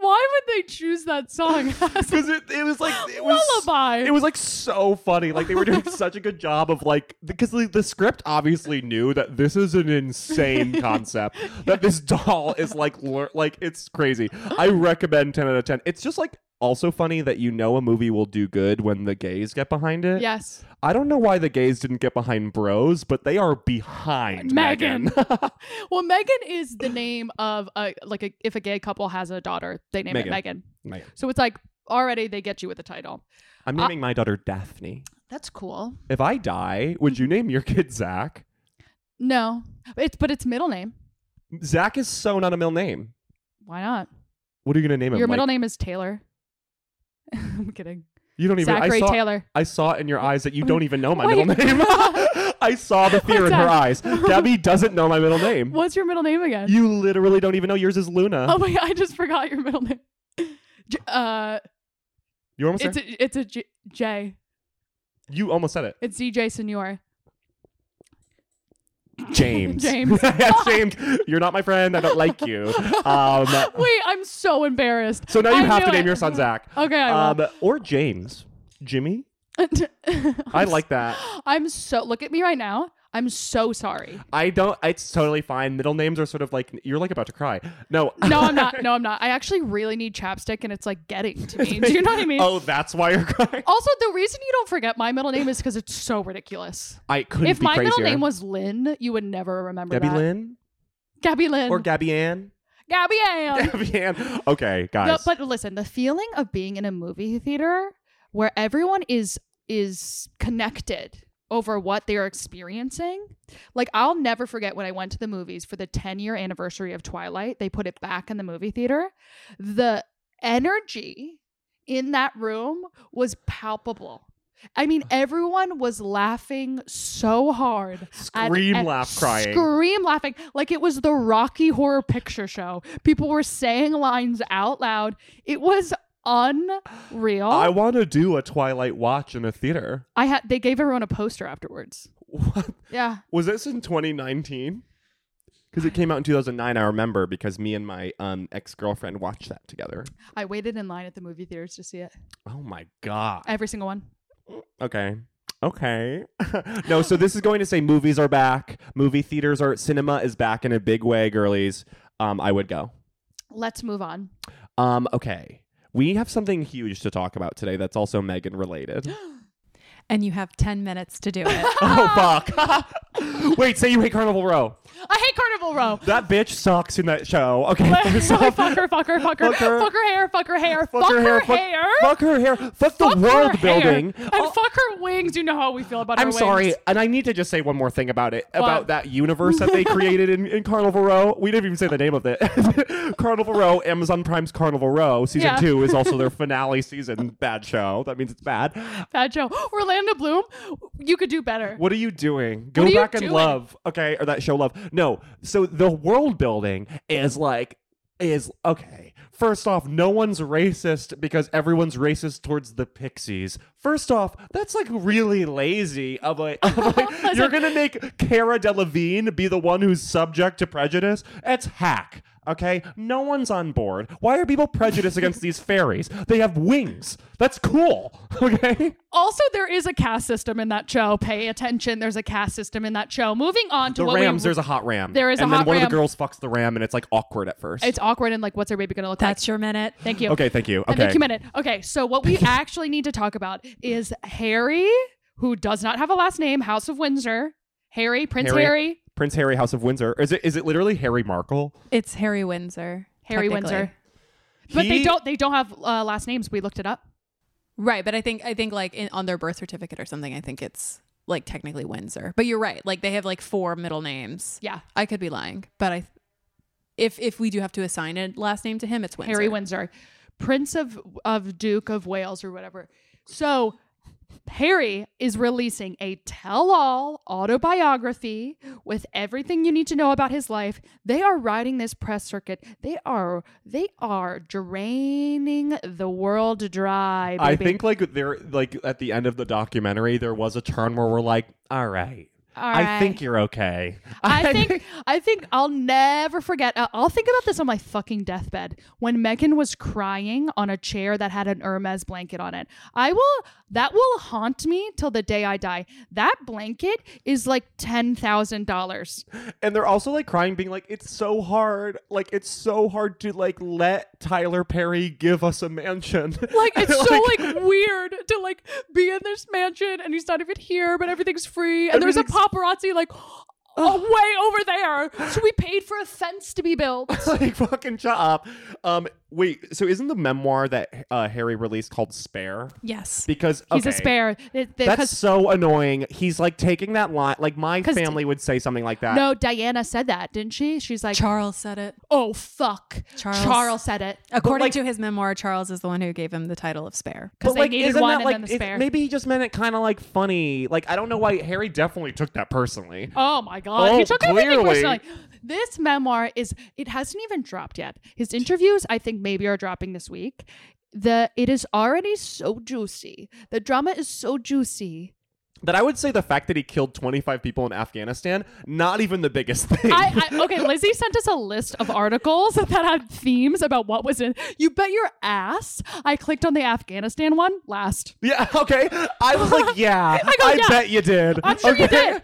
S1: Why would they choose that song [LAUGHS] as a
S2: Because it, it was like it was
S1: lullaby?
S2: It was like so funny. Like they
S1: [LAUGHS]
S2: were doing such a good job of like because the, the script obviously knew that this is
S1: [LAUGHS]
S2: an insane concept. That this doll is like lear- like it's crazy. I recommend ten out of ten. It's just like also funny that you know a movie will do good when the gays get behind it.
S1: yes,
S2: I don't know why the gays didn't get behind Bros, but they are behind
S1: Megan.
S2: Megan. [LAUGHS]
S1: [LAUGHS] well, Megan is the name of a like a, if a gay couple has a daughter, they name
S2: Megan.
S1: it Megan.
S2: Megan.
S1: So it's like already they get you with the title.
S2: I'm naming my daughter Daphne.
S1: That's cool.
S2: If I die, would you name your kid Zach?
S1: No, it's but it's middle name.
S2: Zach is so not a middle name.
S1: Why not?
S2: What are you gonna name him?
S1: Your
S2: Like,
S1: middle name is Taylor. [LAUGHS] I'm kidding.
S2: You don't even.
S1: Zachary
S2: I saw,
S1: Taylor.
S2: I saw it in your eyes that you don't even know my middle
S1: Wait.
S2: name. [LAUGHS] I saw the fear in her eyes.
S1: What's
S2: Debbie doesn't know my middle name.
S1: What's your middle name again?
S2: You literally don't even know yours is Luna.
S1: [LAUGHS] oh my! I just forgot your middle name. J- uh,
S2: you almost
S1: it's
S2: said,
S1: a, it's a J. J.
S2: you almost said
S1: [LAUGHS]
S2: it.
S1: It's DJ Senor.
S2: James. [LAUGHS]
S1: James.
S2: Yes, James. You're not my friend. I don't like
S1: [LAUGHS]
S2: you. Um,
S1: Wait, I'm so embarrassed.
S2: so now you
S1: I
S2: have to
S1: knew
S2: name
S1: it.
S2: your son Zach.
S1: [LAUGHS] Okay, I will.
S2: Um, or James. Jimmy. I
S1: I'm
S2: like that.
S1: s- [GASPS] I'm so. Look at me right now. I'm so
S2: [LAUGHS]
S1: sorry.
S2: I don't. It's totally fine. Middle names are sort of like you're like about to cry. No. [LAUGHS]
S1: No, I'm not. No, I'm not. I actually really need chapstick, and it's like getting
S2: [LAUGHS]
S1: to me. Do you know what I mean?
S2: Oh, that's why
S1: [LAUGHS]
S2: you're crying.
S1: Also, the reason you don't forget my middle name is because it's so ridiculous.
S2: I couldn't
S1: if
S2: be
S1: my
S2: crazier.
S1: middle name was Lynn, you would never remember
S2: Gabby
S1: that.
S2: Lynn
S1: Gabby Lynn.
S2: or Gabby Ann.
S1: Gabby
S2: [LAUGHS]
S1: [LAUGHS] Ann.
S2: Gabby Ann. Okay, guys.
S1: No, but listen, the feeling of being in a movie theater where everyone is is connected over what they are experiencing. Like I'll never forget when I went to the movies for the 10 year anniversary of Twilight. They put it back in the movie theater. The energy in that room was palpable. I mean, everyone was laughing so hard. at-
S2: Scream,
S1: at-
S2: laugh, crying.
S1: e-, Scream, laughing. Like it was the Rocky Horror Picture Show. People were saying lines out loud. It was unreal.
S2: I
S1: I,
S2: want to do a Twilight watch in a theater. [LAUGHS]
S1: had they gave everyone a poster afterwards.
S2: What
S1: Yeah.
S2: was this in 2019? because it came out in 2009. I remember because me and my um, ex girlfriend watched that together.
S1: I waited in line at the movie theaters to see it.
S2: Oh my god.
S1: Every single one.
S2: Okay. Okay. [LAUGHS] no, so this is going to say movies are back. Movie theaters are cinema is back in a big way, girlies. Um, I would go.
S1: Let's move on.
S2: Um, okay. We have something huge to talk about today that's also
S1: [GASPS]
S2: Megan related.
S3: And you have 10 minutes to do
S1: [LAUGHS]
S3: it.
S2: oh
S1: Ah.
S2: fuck. [LAUGHS] Wait, say you hate Carnival Row.
S1: I hate Carnival
S2: [LAUGHS]
S1: Row. [LAUGHS]
S2: That bitch sucks in that show. Okay. [LAUGHS] so-
S1: fuck her, fuck her, fuck her,
S2: Fuck her.
S1: fuck her hair, fuck her hair, fuck her
S2: fuck,
S1: hair,
S2: fuck her hair. Fuck the
S1: fuck her
S2: world
S1: hair,
S2: building.
S1: and
S2: Oh,
S1: fuck her wings. You know how we feel about. her
S2: I'm
S1: wings.
S2: sorry, and I need to just say one more thing about it
S1: What?
S2: about that
S1: [LAUGHS]
S2: universe that they created in, in Carnival Row. We didn't even say the name of it. [LAUGHS] Carnival Row, Amazon Prime's Carnival Row season
S1: Yeah.
S2: two is also their finale season. Bad show. That means it's bad.
S1: Bad show. [GASPS] Orlando Bloom, you could do better.
S2: [LAUGHS] What are you doing? Go
S1: What are you
S2: back and
S1: doing?
S2: love, okay, or that show love. No, so the world building is like is okay. First off, no one's racist because everyone's racist towards the Pixies. First off, that's like really lazy. Of like, of
S1: [LAUGHS]
S2: like you're gonna make Cara Delevingne be the one who's subject to prejudice. It's hack. Okay, no one's on board. Why are people
S1: [LAUGHS]
S2: prejudiced against these fairies? They have wings. That's cool. [LAUGHS] Okay.
S1: Also, there is a cast system in that show. Pay attention. There's a cast system in that show. Moving on to
S2: the
S1: what
S2: Rams,
S1: we.
S2: there's a hot ram.
S1: There is a
S2: and
S1: hot
S2: then one
S1: ram.
S2: of the girls fucks the ram, and it's like awkward at first.
S1: it's awkward and like, what's our baby gonna look like?
S3: That's your minute.
S1: Thank you.
S2: okay. Thank you.
S1: And then
S2: Okay.
S1: two minute. Okay, so what
S2: [LAUGHS]
S1: we actually need to talk about is Harry, who does not have a last name, House of Windsor. Harry, Prince Harry,
S2: Harry. Prince Harry, House of Windsor. Is it? Is it literally Harry Markle?
S3: It's Harry Windsor.
S1: Harry
S3: technically.
S1: Windsor. But they
S2: He-
S1: don't. They don't have uh, last names. We looked it up.
S3: Right, but I think I think like in, on their birth certificate or something I think it's like technically Windsor. But you're right. Like they have like four middle names.
S1: Yeah,
S3: I could be lying, but I if if we do have to assign a last name to him, it's Windsor.
S1: Harry Windsor, Prince of of Duke of Wales or whatever. So Harry is releasing a tell-all autobiography with everything you need to know about his life. They are riding this press circuit. They are they are draining the world dry.
S2: I
S1: baby.
S2: think like there, like at the end of the documentary, there was a turn where we're like, all right.
S1: All
S2: I
S1: right.
S2: think you're okay.
S1: I think I think I'll never forget. I- I'll think about this on my fucking deathbed when Megan was crying on a chair that had an Hermes blanket on it. I will that will haunt me till the day I die. That blanket is like ten thousand dollars.
S2: and they're also like crying, being like, "It's so hard. Like it's so hard to like let Tyler Perry give us a mansion.
S1: Like
S2: [LAUGHS]
S1: [LAUGHS] it's so like weird to like be in this mansion and he's not even here, but everything's free. And there's a paparazzi like. Oh, way over there. So we paid for a fence to be [LAUGHS] built.
S2: like fucking shut up." Um, wait. So isn't the memoir that uh, Harry released called "Spare"?
S3: Yes.
S2: Because
S1: He's a
S2: okay.
S1: spare. It- it- 'cause-
S2: That's so annoying. He's like taking that line. Like my
S1: 'Cause
S2: family would say something like that.
S1: No, Diana said that, didn't she? She's like,
S3: Charles said it.
S1: oh fuck, Charles,
S3: Charles.
S1: said it.
S3: According to his memoir, Charles is the one who gave him the title
S1: [LAUGHS]
S3: of spare.
S1: Because they
S2: like,
S1: needed
S2: isn't
S1: one
S2: that,
S1: and
S2: like,
S1: then the
S2: is-
S1: spare.
S2: Maybe he just meant it kind of like funny. Like I don't know why Harry definitely took that personally.
S1: Oh my god,
S2: Oh,
S1: he took everything
S2: clearly.
S1: personally. This memoir is it hasn't even dropped yet. His interviews, I think, maybe are dropping this week. The it is already so juicy. The drama is so juicy.
S2: That I would say the fact that he killed 25 people in Afghanistan, not even the biggest thing.
S1: [LAUGHS] I, I okay, Lizzie sent us a list of articles [LAUGHS] that had themes about what was in. You bet your ass. I clicked on the Afghanistan one last.
S2: yeah, okay. I
S1: [LAUGHS]
S2: was like, yeah, I,
S1: go, yeah.
S2: bet you did.
S1: I'm sure you
S2: Okay?
S1: did.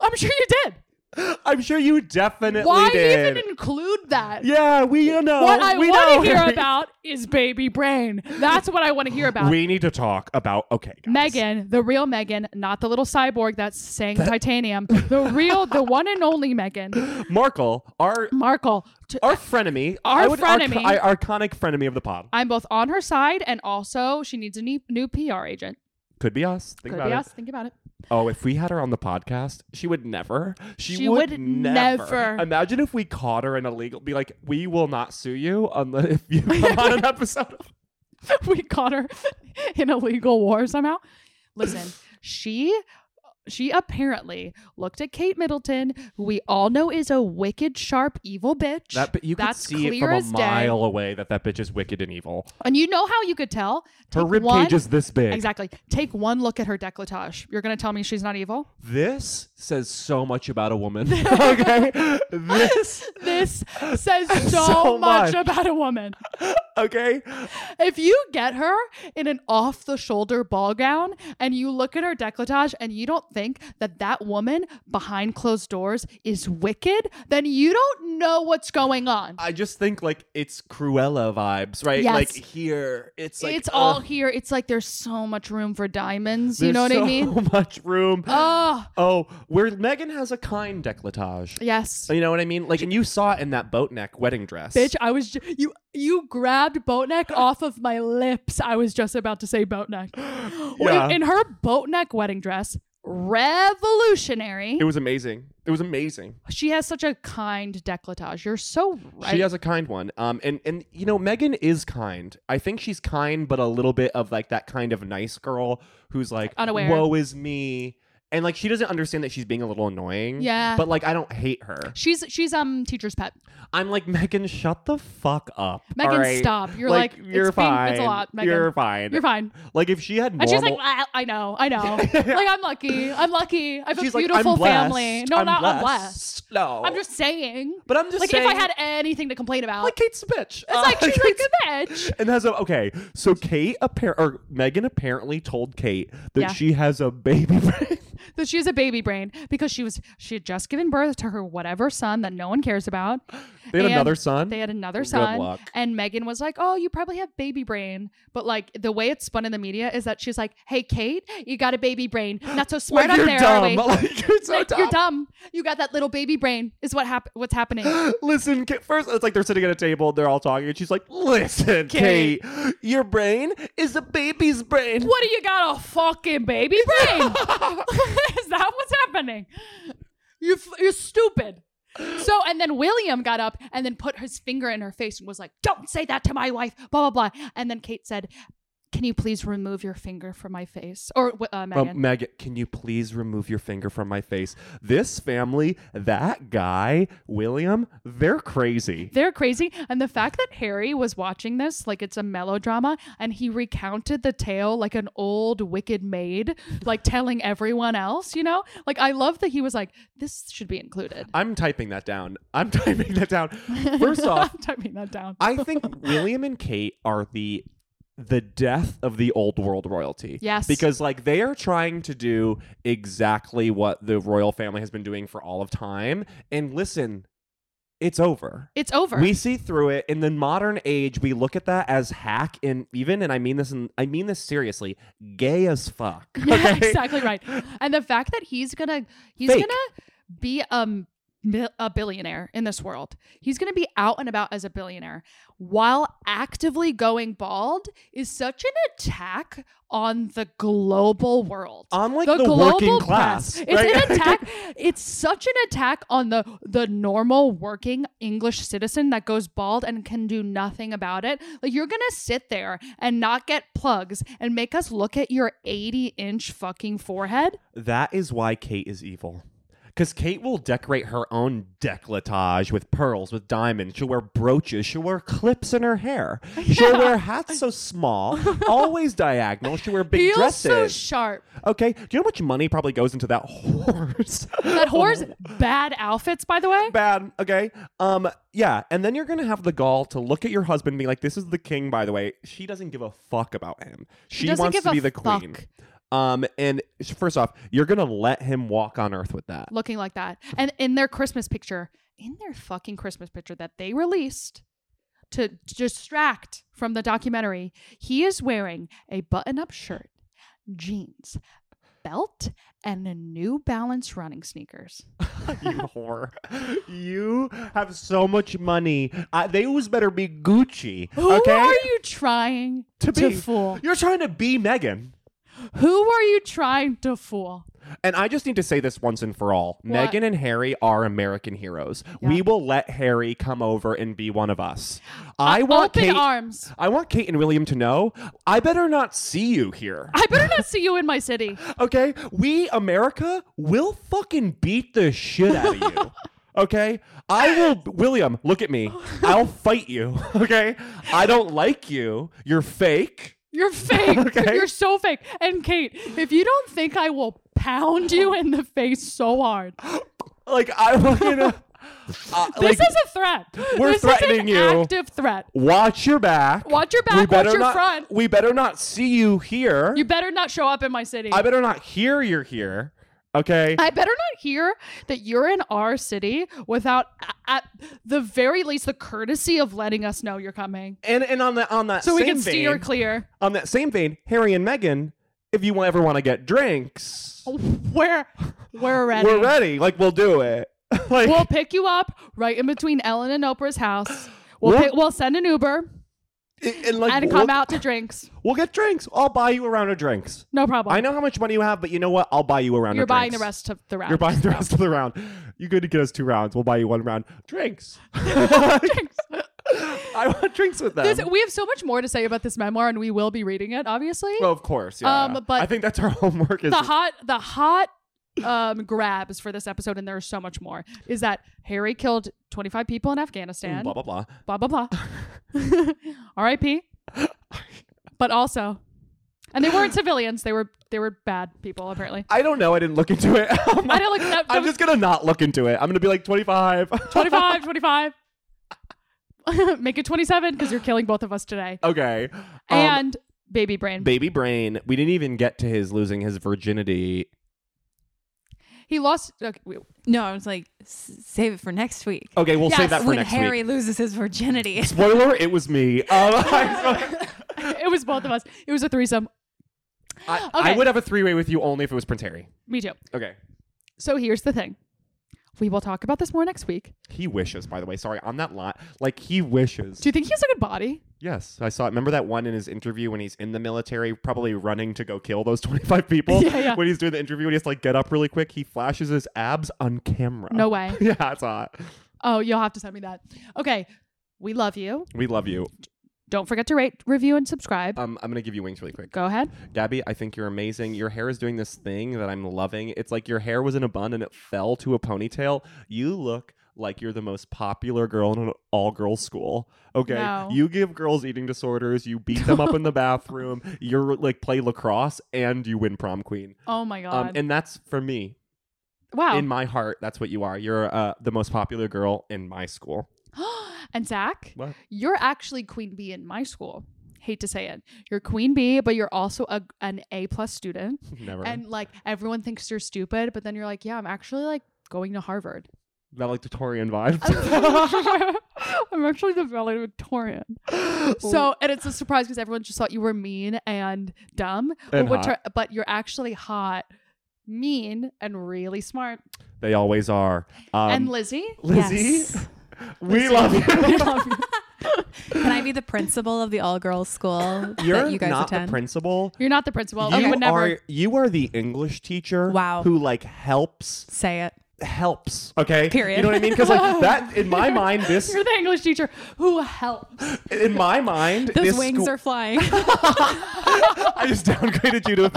S1: I'm sure you did.
S2: [LAUGHS] I'm sure you definitely
S1: Why
S2: did.
S1: even include that?
S2: yeah, we you know.
S1: What I
S2: we
S1: want
S2: know, [LAUGHS]
S1: to hear
S2: Harry.
S1: about is baby brain. That's what I want to hear about.
S2: We need to talk about okay. guys.
S1: Megan, the real Megan, not the little cyborg that sang
S2: [LAUGHS]
S1: titanium. The real, the one and only Megan
S2: Markle, our
S1: Markle. T-
S2: our frenemy,
S1: Our
S2: I would,
S1: frenemy.
S2: our, our iconic frenemy of the pod.
S1: I'm both on her side and also she needs a new, new PR agent.
S2: Could be us. Think
S1: Could
S2: about
S1: be
S2: it.
S1: us. Think about it. [LAUGHS]
S2: Oh, if we had her on the podcast, she would never. She,
S1: She
S2: would,
S1: would
S2: never.
S1: never.
S2: Imagine if we caught her in a legal. Be like, we will not sue you unless if you
S1: [LAUGHS]
S2: come on an episode. Of-
S1: we caught her in a legal war somehow. Listen, she she apparently looked at Kate Middleton, who we all know is a wicked, sharp, evil bitch.
S2: That bi- you could
S1: That's
S2: see it
S1: clear
S2: from a
S1: as day.
S2: mile away that that bitch is wicked and evil.
S1: And you know how you could tell?
S2: Her
S1: Take
S2: rib
S1: one-
S2: cage is this big.
S1: Exactly. Take one look at her decolletage. You're going to tell me she's not evil?
S2: This says so much about
S1: [LAUGHS]
S2: a woman. [LAUGHS] okay. [LAUGHS] This
S1: This
S2: [LAUGHS]
S1: says so,
S2: So
S1: much
S2: much.
S1: about a woman.
S2: okay.
S1: If you get her in an off the shoulder ball gown and you look at her decolletage and you don't think that that woman behind closed doors is wicked, then you don't know what's going on.
S2: I just think like it's Cruella vibes, right?
S1: Yes.
S2: Like here, it's like
S1: it's
S2: uh,
S1: all here. It's like there's so much room for diamonds. You
S2: there's
S1: know what
S2: so
S1: I
S2: [LAUGHS]
S1: mean?
S2: Much room.
S1: Oh,
S2: oh, where Megan has a kind decolletage.
S1: yes.
S2: You know what I mean? Like, and you saw it in that boat neck wedding dress,
S1: Bitch, I was ju- you you grabbed boat
S2: [GASPS]
S1: neck off of my lips. I was just about to say boat neck.
S2: Yeah.
S1: In, in her boat neck wedding dress, revolutionary.
S2: It was amazing. It was amazing.
S1: She has such a kind decolletage. You're so right.
S2: She has a kind one. Um, and and you know, Megan is kind. I think she's kind, but a little bit of like that kind of nice girl who's like,
S1: Unaware.
S2: "Woe is me," and like she doesn't understand that she's being a little annoying.
S1: Yeah.
S2: But like, I don't hate her.
S1: she's she's um teacher's pet.
S2: I'm like, Megan, shut the fuck up.
S1: Megan,
S2: all right?
S1: stop. You're like, it's
S2: you're
S1: being-
S2: fine.
S1: it's a lot, Megan.
S2: You're fine.
S1: You're fine.
S2: Like if she had normal.
S1: And she's like, "Ah, I know, I
S2: [LAUGHS]
S1: know. like I'm lucky. I'm lucky. I have
S2: She's
S1: a
S2: like, "I'm
S1: beautiful family.
S2: blessed.
S1: No,
S2: I'm
S1: not
S2: blessed.
S1: I'm blessed.
S2: No,
S1: I'm just saying.
S2: But I'm just
S1: like
S2: saying,
S1: if I had anything to complain about,
S2: like Kate's a bitch.
S1: it's like
S2: [LAUGHS]
S1: she's like a bitch.
S2: And has a okay. So Kate appar- or Megan apparently told Kate that
S1: Yeah.
S2: she has a baby. [LAUGHS] brain.
S1: That she has a baby brain because she was she had just given birth to her whatever son that no one cares about.
S2: they had
S1: And
S2: another son.
S1: They had another
S2: Good
S1: son.
S2: luck.
S1: And Megan was like, Oh, you probably have baby brain. But like the way it's spun in the media is that she's like, Hey Kate, you got a baby brain. Not so smart
S2: like,
S1: up
S2: you're
S1: there, are
S2: dumb.
S1: we?
S2: [LAUGHS] Like you're so
S1: Like,
S2: dumb.
S1: You're dumb. You got that little baby brain is what hap- what's happening.
S2: Listen, Kate, first it's like they're sitting at a table, they're all talking, and she's like, "Listen,
S1: Kate.
S2: Kate, your brain is a baby's brain."
S1: What do you got a fucking [LAUGHS] baby brain? Is that what's happening? You f- you're stupid. So and then William got up and then put his finger in her face and was like, "Don't say that to my wife." Blah blah blah. And then Kate said, "Can you please remove your finger from my face?" Or uh, Megan.
S2: Um, Megan, can you please remove your finger from my face? This family, that guy, William, they're crazy.
S1: They're crazy. And the fact that Harry was watching this, like it's a melodrama, and he recounted the tale like an old wicked maid, like telling everyone else, you know? Like, I love that he was like, this should be included.
S2: I'm typing that down. I'm [LAUGHS] typing that down. First off,
S1: [LAUGHS] I'm typing that down.
S2: I think William and Kate are the the death of the old world royalty.
S1: Yes.
S2: Because like they are trying to do exactly what the royal family has been doing for all of time. And listen, it's over.
S1: it's over.
S2: We see through it in the modern age. We look at that as hack, and even, and I mean this, and I mean this seriously, gay as fuck.
S1: [LAUGHS] Yeah,
S2: [LAUGHS]
S1: [LAUGHS]
S2: okay?
S1: exactly right. And the fact that he's gonna he's
S2: Fake.
S1: gonna be um mil- a billionaire in this world. He's gonna be out and about as a billionaire while actively going bald is such an attack on the global world.
S2: On like the, working class,
S1: It's
S2: right? [LAUGHS]
S1: an attack. it's such an attack on the the normal working English citizen that goes bald and can do nothing about it. Like you're gonna sit there and not get plugs and make us look at your 80 inch fucking forehead.
S2: That is why Kate is evil. Because Kate will decorate her own decolletage with pearls, with diamonds. She'll wear brooches. She'll wear clips in
S1: [LAUGHS]
S2: her hair. She'll wear hats so small, always diagonal. She'll wear big
S1: Feels so
S2: dresses.
S1: sharp.
S2: okay, do you know how much money probably goes into that [LAUGHS] horse? [LAUGHS]
S1: That whore's bad outfits, by the way.
S2: bad. Okay. Um. Yeah. And then you're gonna have the gall to look at your husband and be like, "This is the king." By the way, she doesn't give a fuck about him. She,
S1: doesn't
S2: wants
S1: give
S2: to
S1: a
S2: be the queen.
S1: fuck.
S2: Um. And sh- first off, you're gonna let him walk on earth with that.
S1: Looking like
S2: [LAUGHS]
S1: that. And in their Christmas picture, in their fucking Christmas picture that they released to distract from the documentary, he is wearing a button up shirt, jeans, belt, and a New Balance running
S2: [GASPS]
S1: sneakers.
S2: you whore. You have so much money. Uh, they was better be Gucci.
S1: Who
S2: okay.
S1: are you trying to,
S2: To be-
S1: fool?
S2: You're trying to be Megan.
S1: Who are you trying to fool?
S2: And I just need to say this once and for all.
S1: What?
S2: Meghan and Harry are American heroes. We will let Harry come over and be one of us. I want
S1: Uh, Open
S2: Kate
S1: arms.
S2: I want Kate and William to know, I better not see you here.
S1: I better not see you in my city.
S2: Okay? We America will fucking beat the shit out of you. Okay? I will William, look at me. I'll fight you. [LAUGHS] Okay? I don't like you. You're fake.
S1: You're fake.
S2: [LAUGHS] Okay.
S1: You're so fake. And Kate, if you don't think I will pound you in the face so hard,
S2: Like I want you to uh, like
S1: this is a threat.
S2: we're
S1: this
S2: threatening
S1: is
S2: you.
S1: an Active threat.
S2: watch your back.
S1: Watch your
S2: We
S1: back.
S2: better
S1: Watch your
S2: not-
S1: front.
S2: We better not see you here.
S1: You better not show up in my city.
S2: I better not hear you're here. Okay?
S1: I better not hear that you're in our city without, a- at the very least, the courtesy of letting us know you're coming,
S2: and and on that on that
S1: so we
S2: same
S1: can steer
S2: vein-
S1: clear.
S2: on that same vein, Harry and Meghan, if you ever want to get drinks,
S1: We're we're ready.
S2: we're ready. Like we'll do it. [LAUGHS] like
S1: We'll pick you up right in between Ellen and Oprah's house. We'll
S2: What?
S1: pick, we'll send an Uber
S2: and, and, like
S1: and come
S2: we'll,
S1: out to drinks.
S2: we'll get drinks. I'll buy you a round of drinks.
S1: No problem.
S2: I know how much money you have, but you know what? I'll buy you a round
S1: You're
S2: of drinks.
S1: buying the rest of the round.
S2: You're buying the rest of the round. You're going to get us two rounds. We'll buy you one round. Drinks.
S1: [LAUGHS]
S2: [LAUGHS]
S1: Drinks.
S2: I want drinks with them.
S1: This- we have so much more to say about this memoir, and we will be reading it, obviously.
S2: well, of course. Yeah.
S1: Um,
S2: yeah.
S1: but-
S2: I think that's our [LAUGHS] homework. Is
S1: the hot the hot um grabs for this episode and there's so much more is that harry killed 25 people in afghanistan
S2: blah blah blah.
S1: blah blah blah,
S2: [LAUGHS]
S1: rip but also and they weren't civilians they were they were bad people apparently
S2: I don't know. I didn't look into it. [LAUGHS]
S1: i don't like that, that
S2: I'm
S1: was
S2: just gonna not look into it. I'm gonna be like 25.
S1: 25 25 [LAUGHS] make it 27 because you're killing both of us today
S2: [LAUGHS] okay. Um,
S1: and baby brain
S2: baby brain. We didn't even get to his losing his virginity.
S1: he lost okay, we- [LAUGHS]
S3: No, I was like, "S- save it for next week.
S2: Okay, we'll save
S1: Yes,
S2: that for
S3: when
S2: next
S3: Harry
S2: week.
S3: loses
S1: [LAUGHS]
S2: [LAUGHS]
S3: his virginity.
S2: Spoiler: It was me. Um, [LAUGHS] I,
S1: it was both of us it was a threesome
S2: I-
S1: Okay.
S2: I would have a three-way with you only if it was Prince Harry.
S1: me too
S2: Okay.
S1: So here's the thing. We will talk about this more next week.
S2: He wishes, by the way. Sorry, on that lot. Like he wishes.
S1: Do you think he has a good body?
S2: Yes, I saw. it. Remember that one in his interview when he's in the military, probably running to go kill those [LAUGHS] twenty-five people.
S1: [LAUGHS] Yeah, yeah.
S2: When he's doing the interview, and he has to like get up really quick. He flashes his abs on camera.
S1: No way.
S2: [LAUGHS] yeah, that's hot.
S1: Oh, you'll have to send me that. Okay. We love you.
S2: We love you.
S1: Don't forget to rate, review, and subscribe.
S2: Um, I'm gonna give you wings really quick.
S1: Go ahead.
S2: Gabby, I think you're amazing. Your hair is doing this thing that I'm loving. It's like your hair was in a bun and it fell to a ponytail. You look like you're the most popular girl in an all girls school. Okay.
S1: No.
S2: You give girls eating disorders, you beat them up
S1: [LAUGHS]
S2: in the bathroom, you're like play lacrosse, and you win prom queen.
S1: Oh my
S2: Um,
S1: god.
S2: and that's for me.
S1: wow.
S2: In my heart, that's what you are. You're uh, the most popular girl in my school.
S1: [GASPS]
S2: [LAUGHS]
S1: and Zach,
S2: What?
S1: you're actually queen bee in my school. Hate to say it. You're queen bee, but you're also a, an A plus student.
S2: Never.
S1: And like everyone thinks you're stupid, but then you're like, yeah, I'm actually like going to Harvard.
S2: Valedictorian vibes.
S1: [LAUGHS] I'm actually the valedictorian. [GASPS] So, and it's a surprise because everyone just thought you were mean and dumb, but,
S2: And
S1: what
S2: hot.
S1: tur- but you're actually hot, mean, and really smart.
S2: they always are. Um,
S1: and Lizzie,
S2: Lizzie,
S3: Yes.
S2: [LAUGHS] we love you.
S1: [LAUGHS] we love you.
S3: Can I be the principal of the all girls school
S2: [LAUGHS] You're
S3: that you guys
S2: not
S3: attend?
S2: the principal.
S1: You're not the principal.
S2: you
S1: I would never.
S2: are you are the English teacher.
S3: Wow.
S2: Who like helps
S3: Say it.
S2: helps? Okay.
S3: Period.
S2: You know what I mean? Because
S3: [LAUGHS]
S2: like that in my mind, this
S1: You're the English teacher who
S2: [LAUGHS]
S1: helps.
S2: in my mind,
S3: Those
S2: this
S3: wings
S2: school- [LAUGHS]
S3: are flying.
S2: I just
S1: [LAUGHS]
S2: downgraded you to.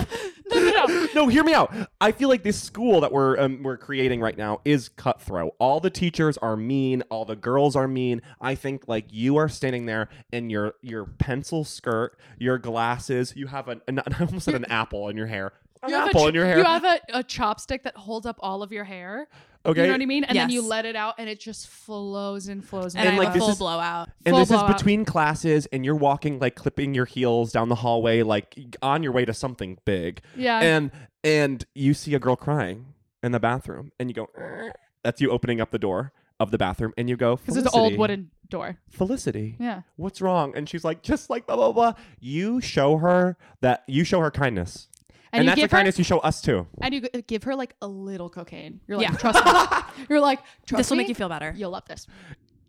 S1: No, no, no.
S2: No, hear me out. I feel like this school that we're um, we're creating right now is cutthroat. All the teachers are mean. All the girls are mean. I think like you are standing there in your your pencil skirt, your glasses. You have an, [LAUGHS] an I almost said an apple in your hair. An
S1: You have a
S2: apple
S1: ch-
S2: in your hair.
S1: You have a, a chopstick that holds up all of your hair.
S2: okay.
S1: You know what I mean? And then you
S3: Yes.
S1: let it out and it just flows and flows.
S3: And,
S2: And,
S3: I
S2: like,
S3: have a
S2: this
S3: full
S2: is-
S3: blowout.
S2: And
S1: Full
S2: this
S1: blowout.
S2: is between classes, and you're walking like clipping your heels down the hallway, like on your way to something big.
S1: Yeah.
S2: And and you see a girl crying in the bathroom, and you go, "Eh." that's you opening up the door of the bathroom, and you go,
S1: Because it's an old
S2: "Felicity,
S1: wooden door.
S2: Felicity,
S1: Yeah.
S2: what's wrong? And she's like, just like blah blah blah. You show her that you show her kindness, and,
S1: you
S2: that's the
S1: give her-
S2: kindness you show us too.
S1: and you g- give her like a little cocaine. You're like,
S3: Yeah. [LAUGHS]
S1: trust me. You're like, trust
S3: This will
S1: me,
S3: make you feel better.
S1: You'll love this.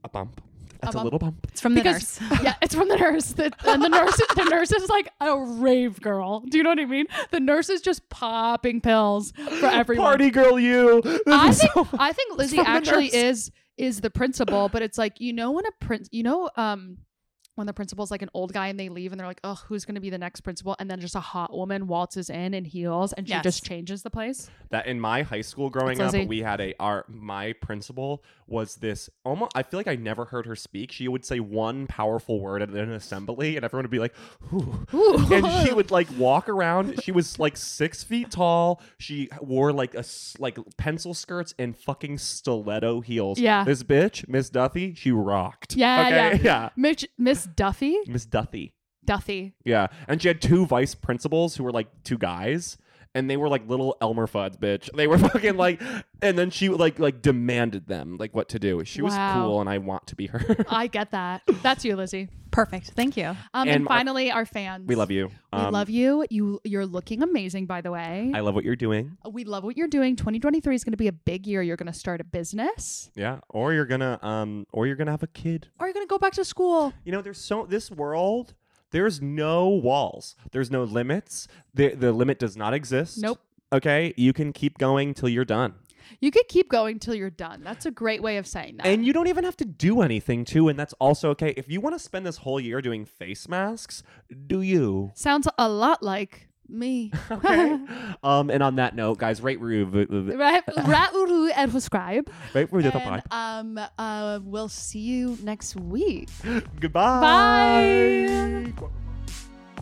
S2: A bump. That's a,
S1: bump.
S2: little bump.
S3: It's from the
S1: because
S3: nurse.
S1: [LAUGHS] yeah, it's from the nurse. The, and the nurse, the nurse is like a rave girl. Do you know what I mean? The nurse is just popping pills
S3: [GASPS]
S1: for everyone.
S2: Party girl, you. This
S1: I
S2: is
S1: think
S2: so-
S1: I
S3: [LAUGHS]
S1: think Lizzie
S2: from the
S1: actually
S2: nurse.
S1: is is the principal, but it's like you know when a prince, you know, um, when the principal's like an old guy and they leave and they're like, oh, who's gonna be the next principal? And then just a hot woman waltzes in in heels and she
S3: Yes.
S1: just changes the place.
S2: that in my high school growing
S1: It's
S2: up,
S1: Lizzie.
S2: we had a our my principal was this almost. I feel like I never heard her speak. She would say one powerful word at an assembly, and everyone would be like, "Ooh." and she
S1: [LAUGHS]
S2: would like walk around. She was like six feet tall. She wore like a s- like pencil skirts and fucking stiletto heels.
S1: Yeah.
S2: this bitch, Miss Duffy, she rocked.
S1: Yeah,
S2: okay? [LAUGHS]
S1: yeah. Mitch, Miss Duffy,
S2: yeah. Miss Duffy.
S1: Duffy.
S2: Yeah, and she had two vice principals who were like two guys, and they were like little Elmer Fudd, bitch. They were [LAUGHS] fucking like, and then she like like demanded them like what to do. She was
S1: Wow.
S2: cool, and I want to be her. [LAUGHS]
S1: I get that. That's you, Lizzie.
S3: Perfect. Thank you.
S1: Um, and,
S2: And our-
S1: finally, our fans.
S2: we love you. Um,
S1: We love you. You you're looking amazing, by the way.
S2: I love what you're doing.
S1: we love what you're doing. 2023 is going to be a big year. You're going to start a business,
S2: Yeah, or you're gonna um, or you're gonna have a kid.
S1: or you're going to go back to school.
S2: You know, there's so this world. There's no walls. There's no limits. The the limit does not exist.
S1: Nope.
S2: Okay, you can keep going till you're done.
S1: You could keep going till you're done. That's a great way of saying that.
S2: And you don't even have to do anything too, and that's also okay. If you want to spend this whole year doing face masks, do you?
S1: Sounds a lot like me.
S2: [LAUGHS] Okay. um, and on that note, guys, rate review,
S1: [LAUGHS] Right, right, Uru, and subscribe.
S2: rate review the
S1: And,
S2: pod.
S1: um, uh, we'll see you next week.
S2: Goodbye.
S1: Bye.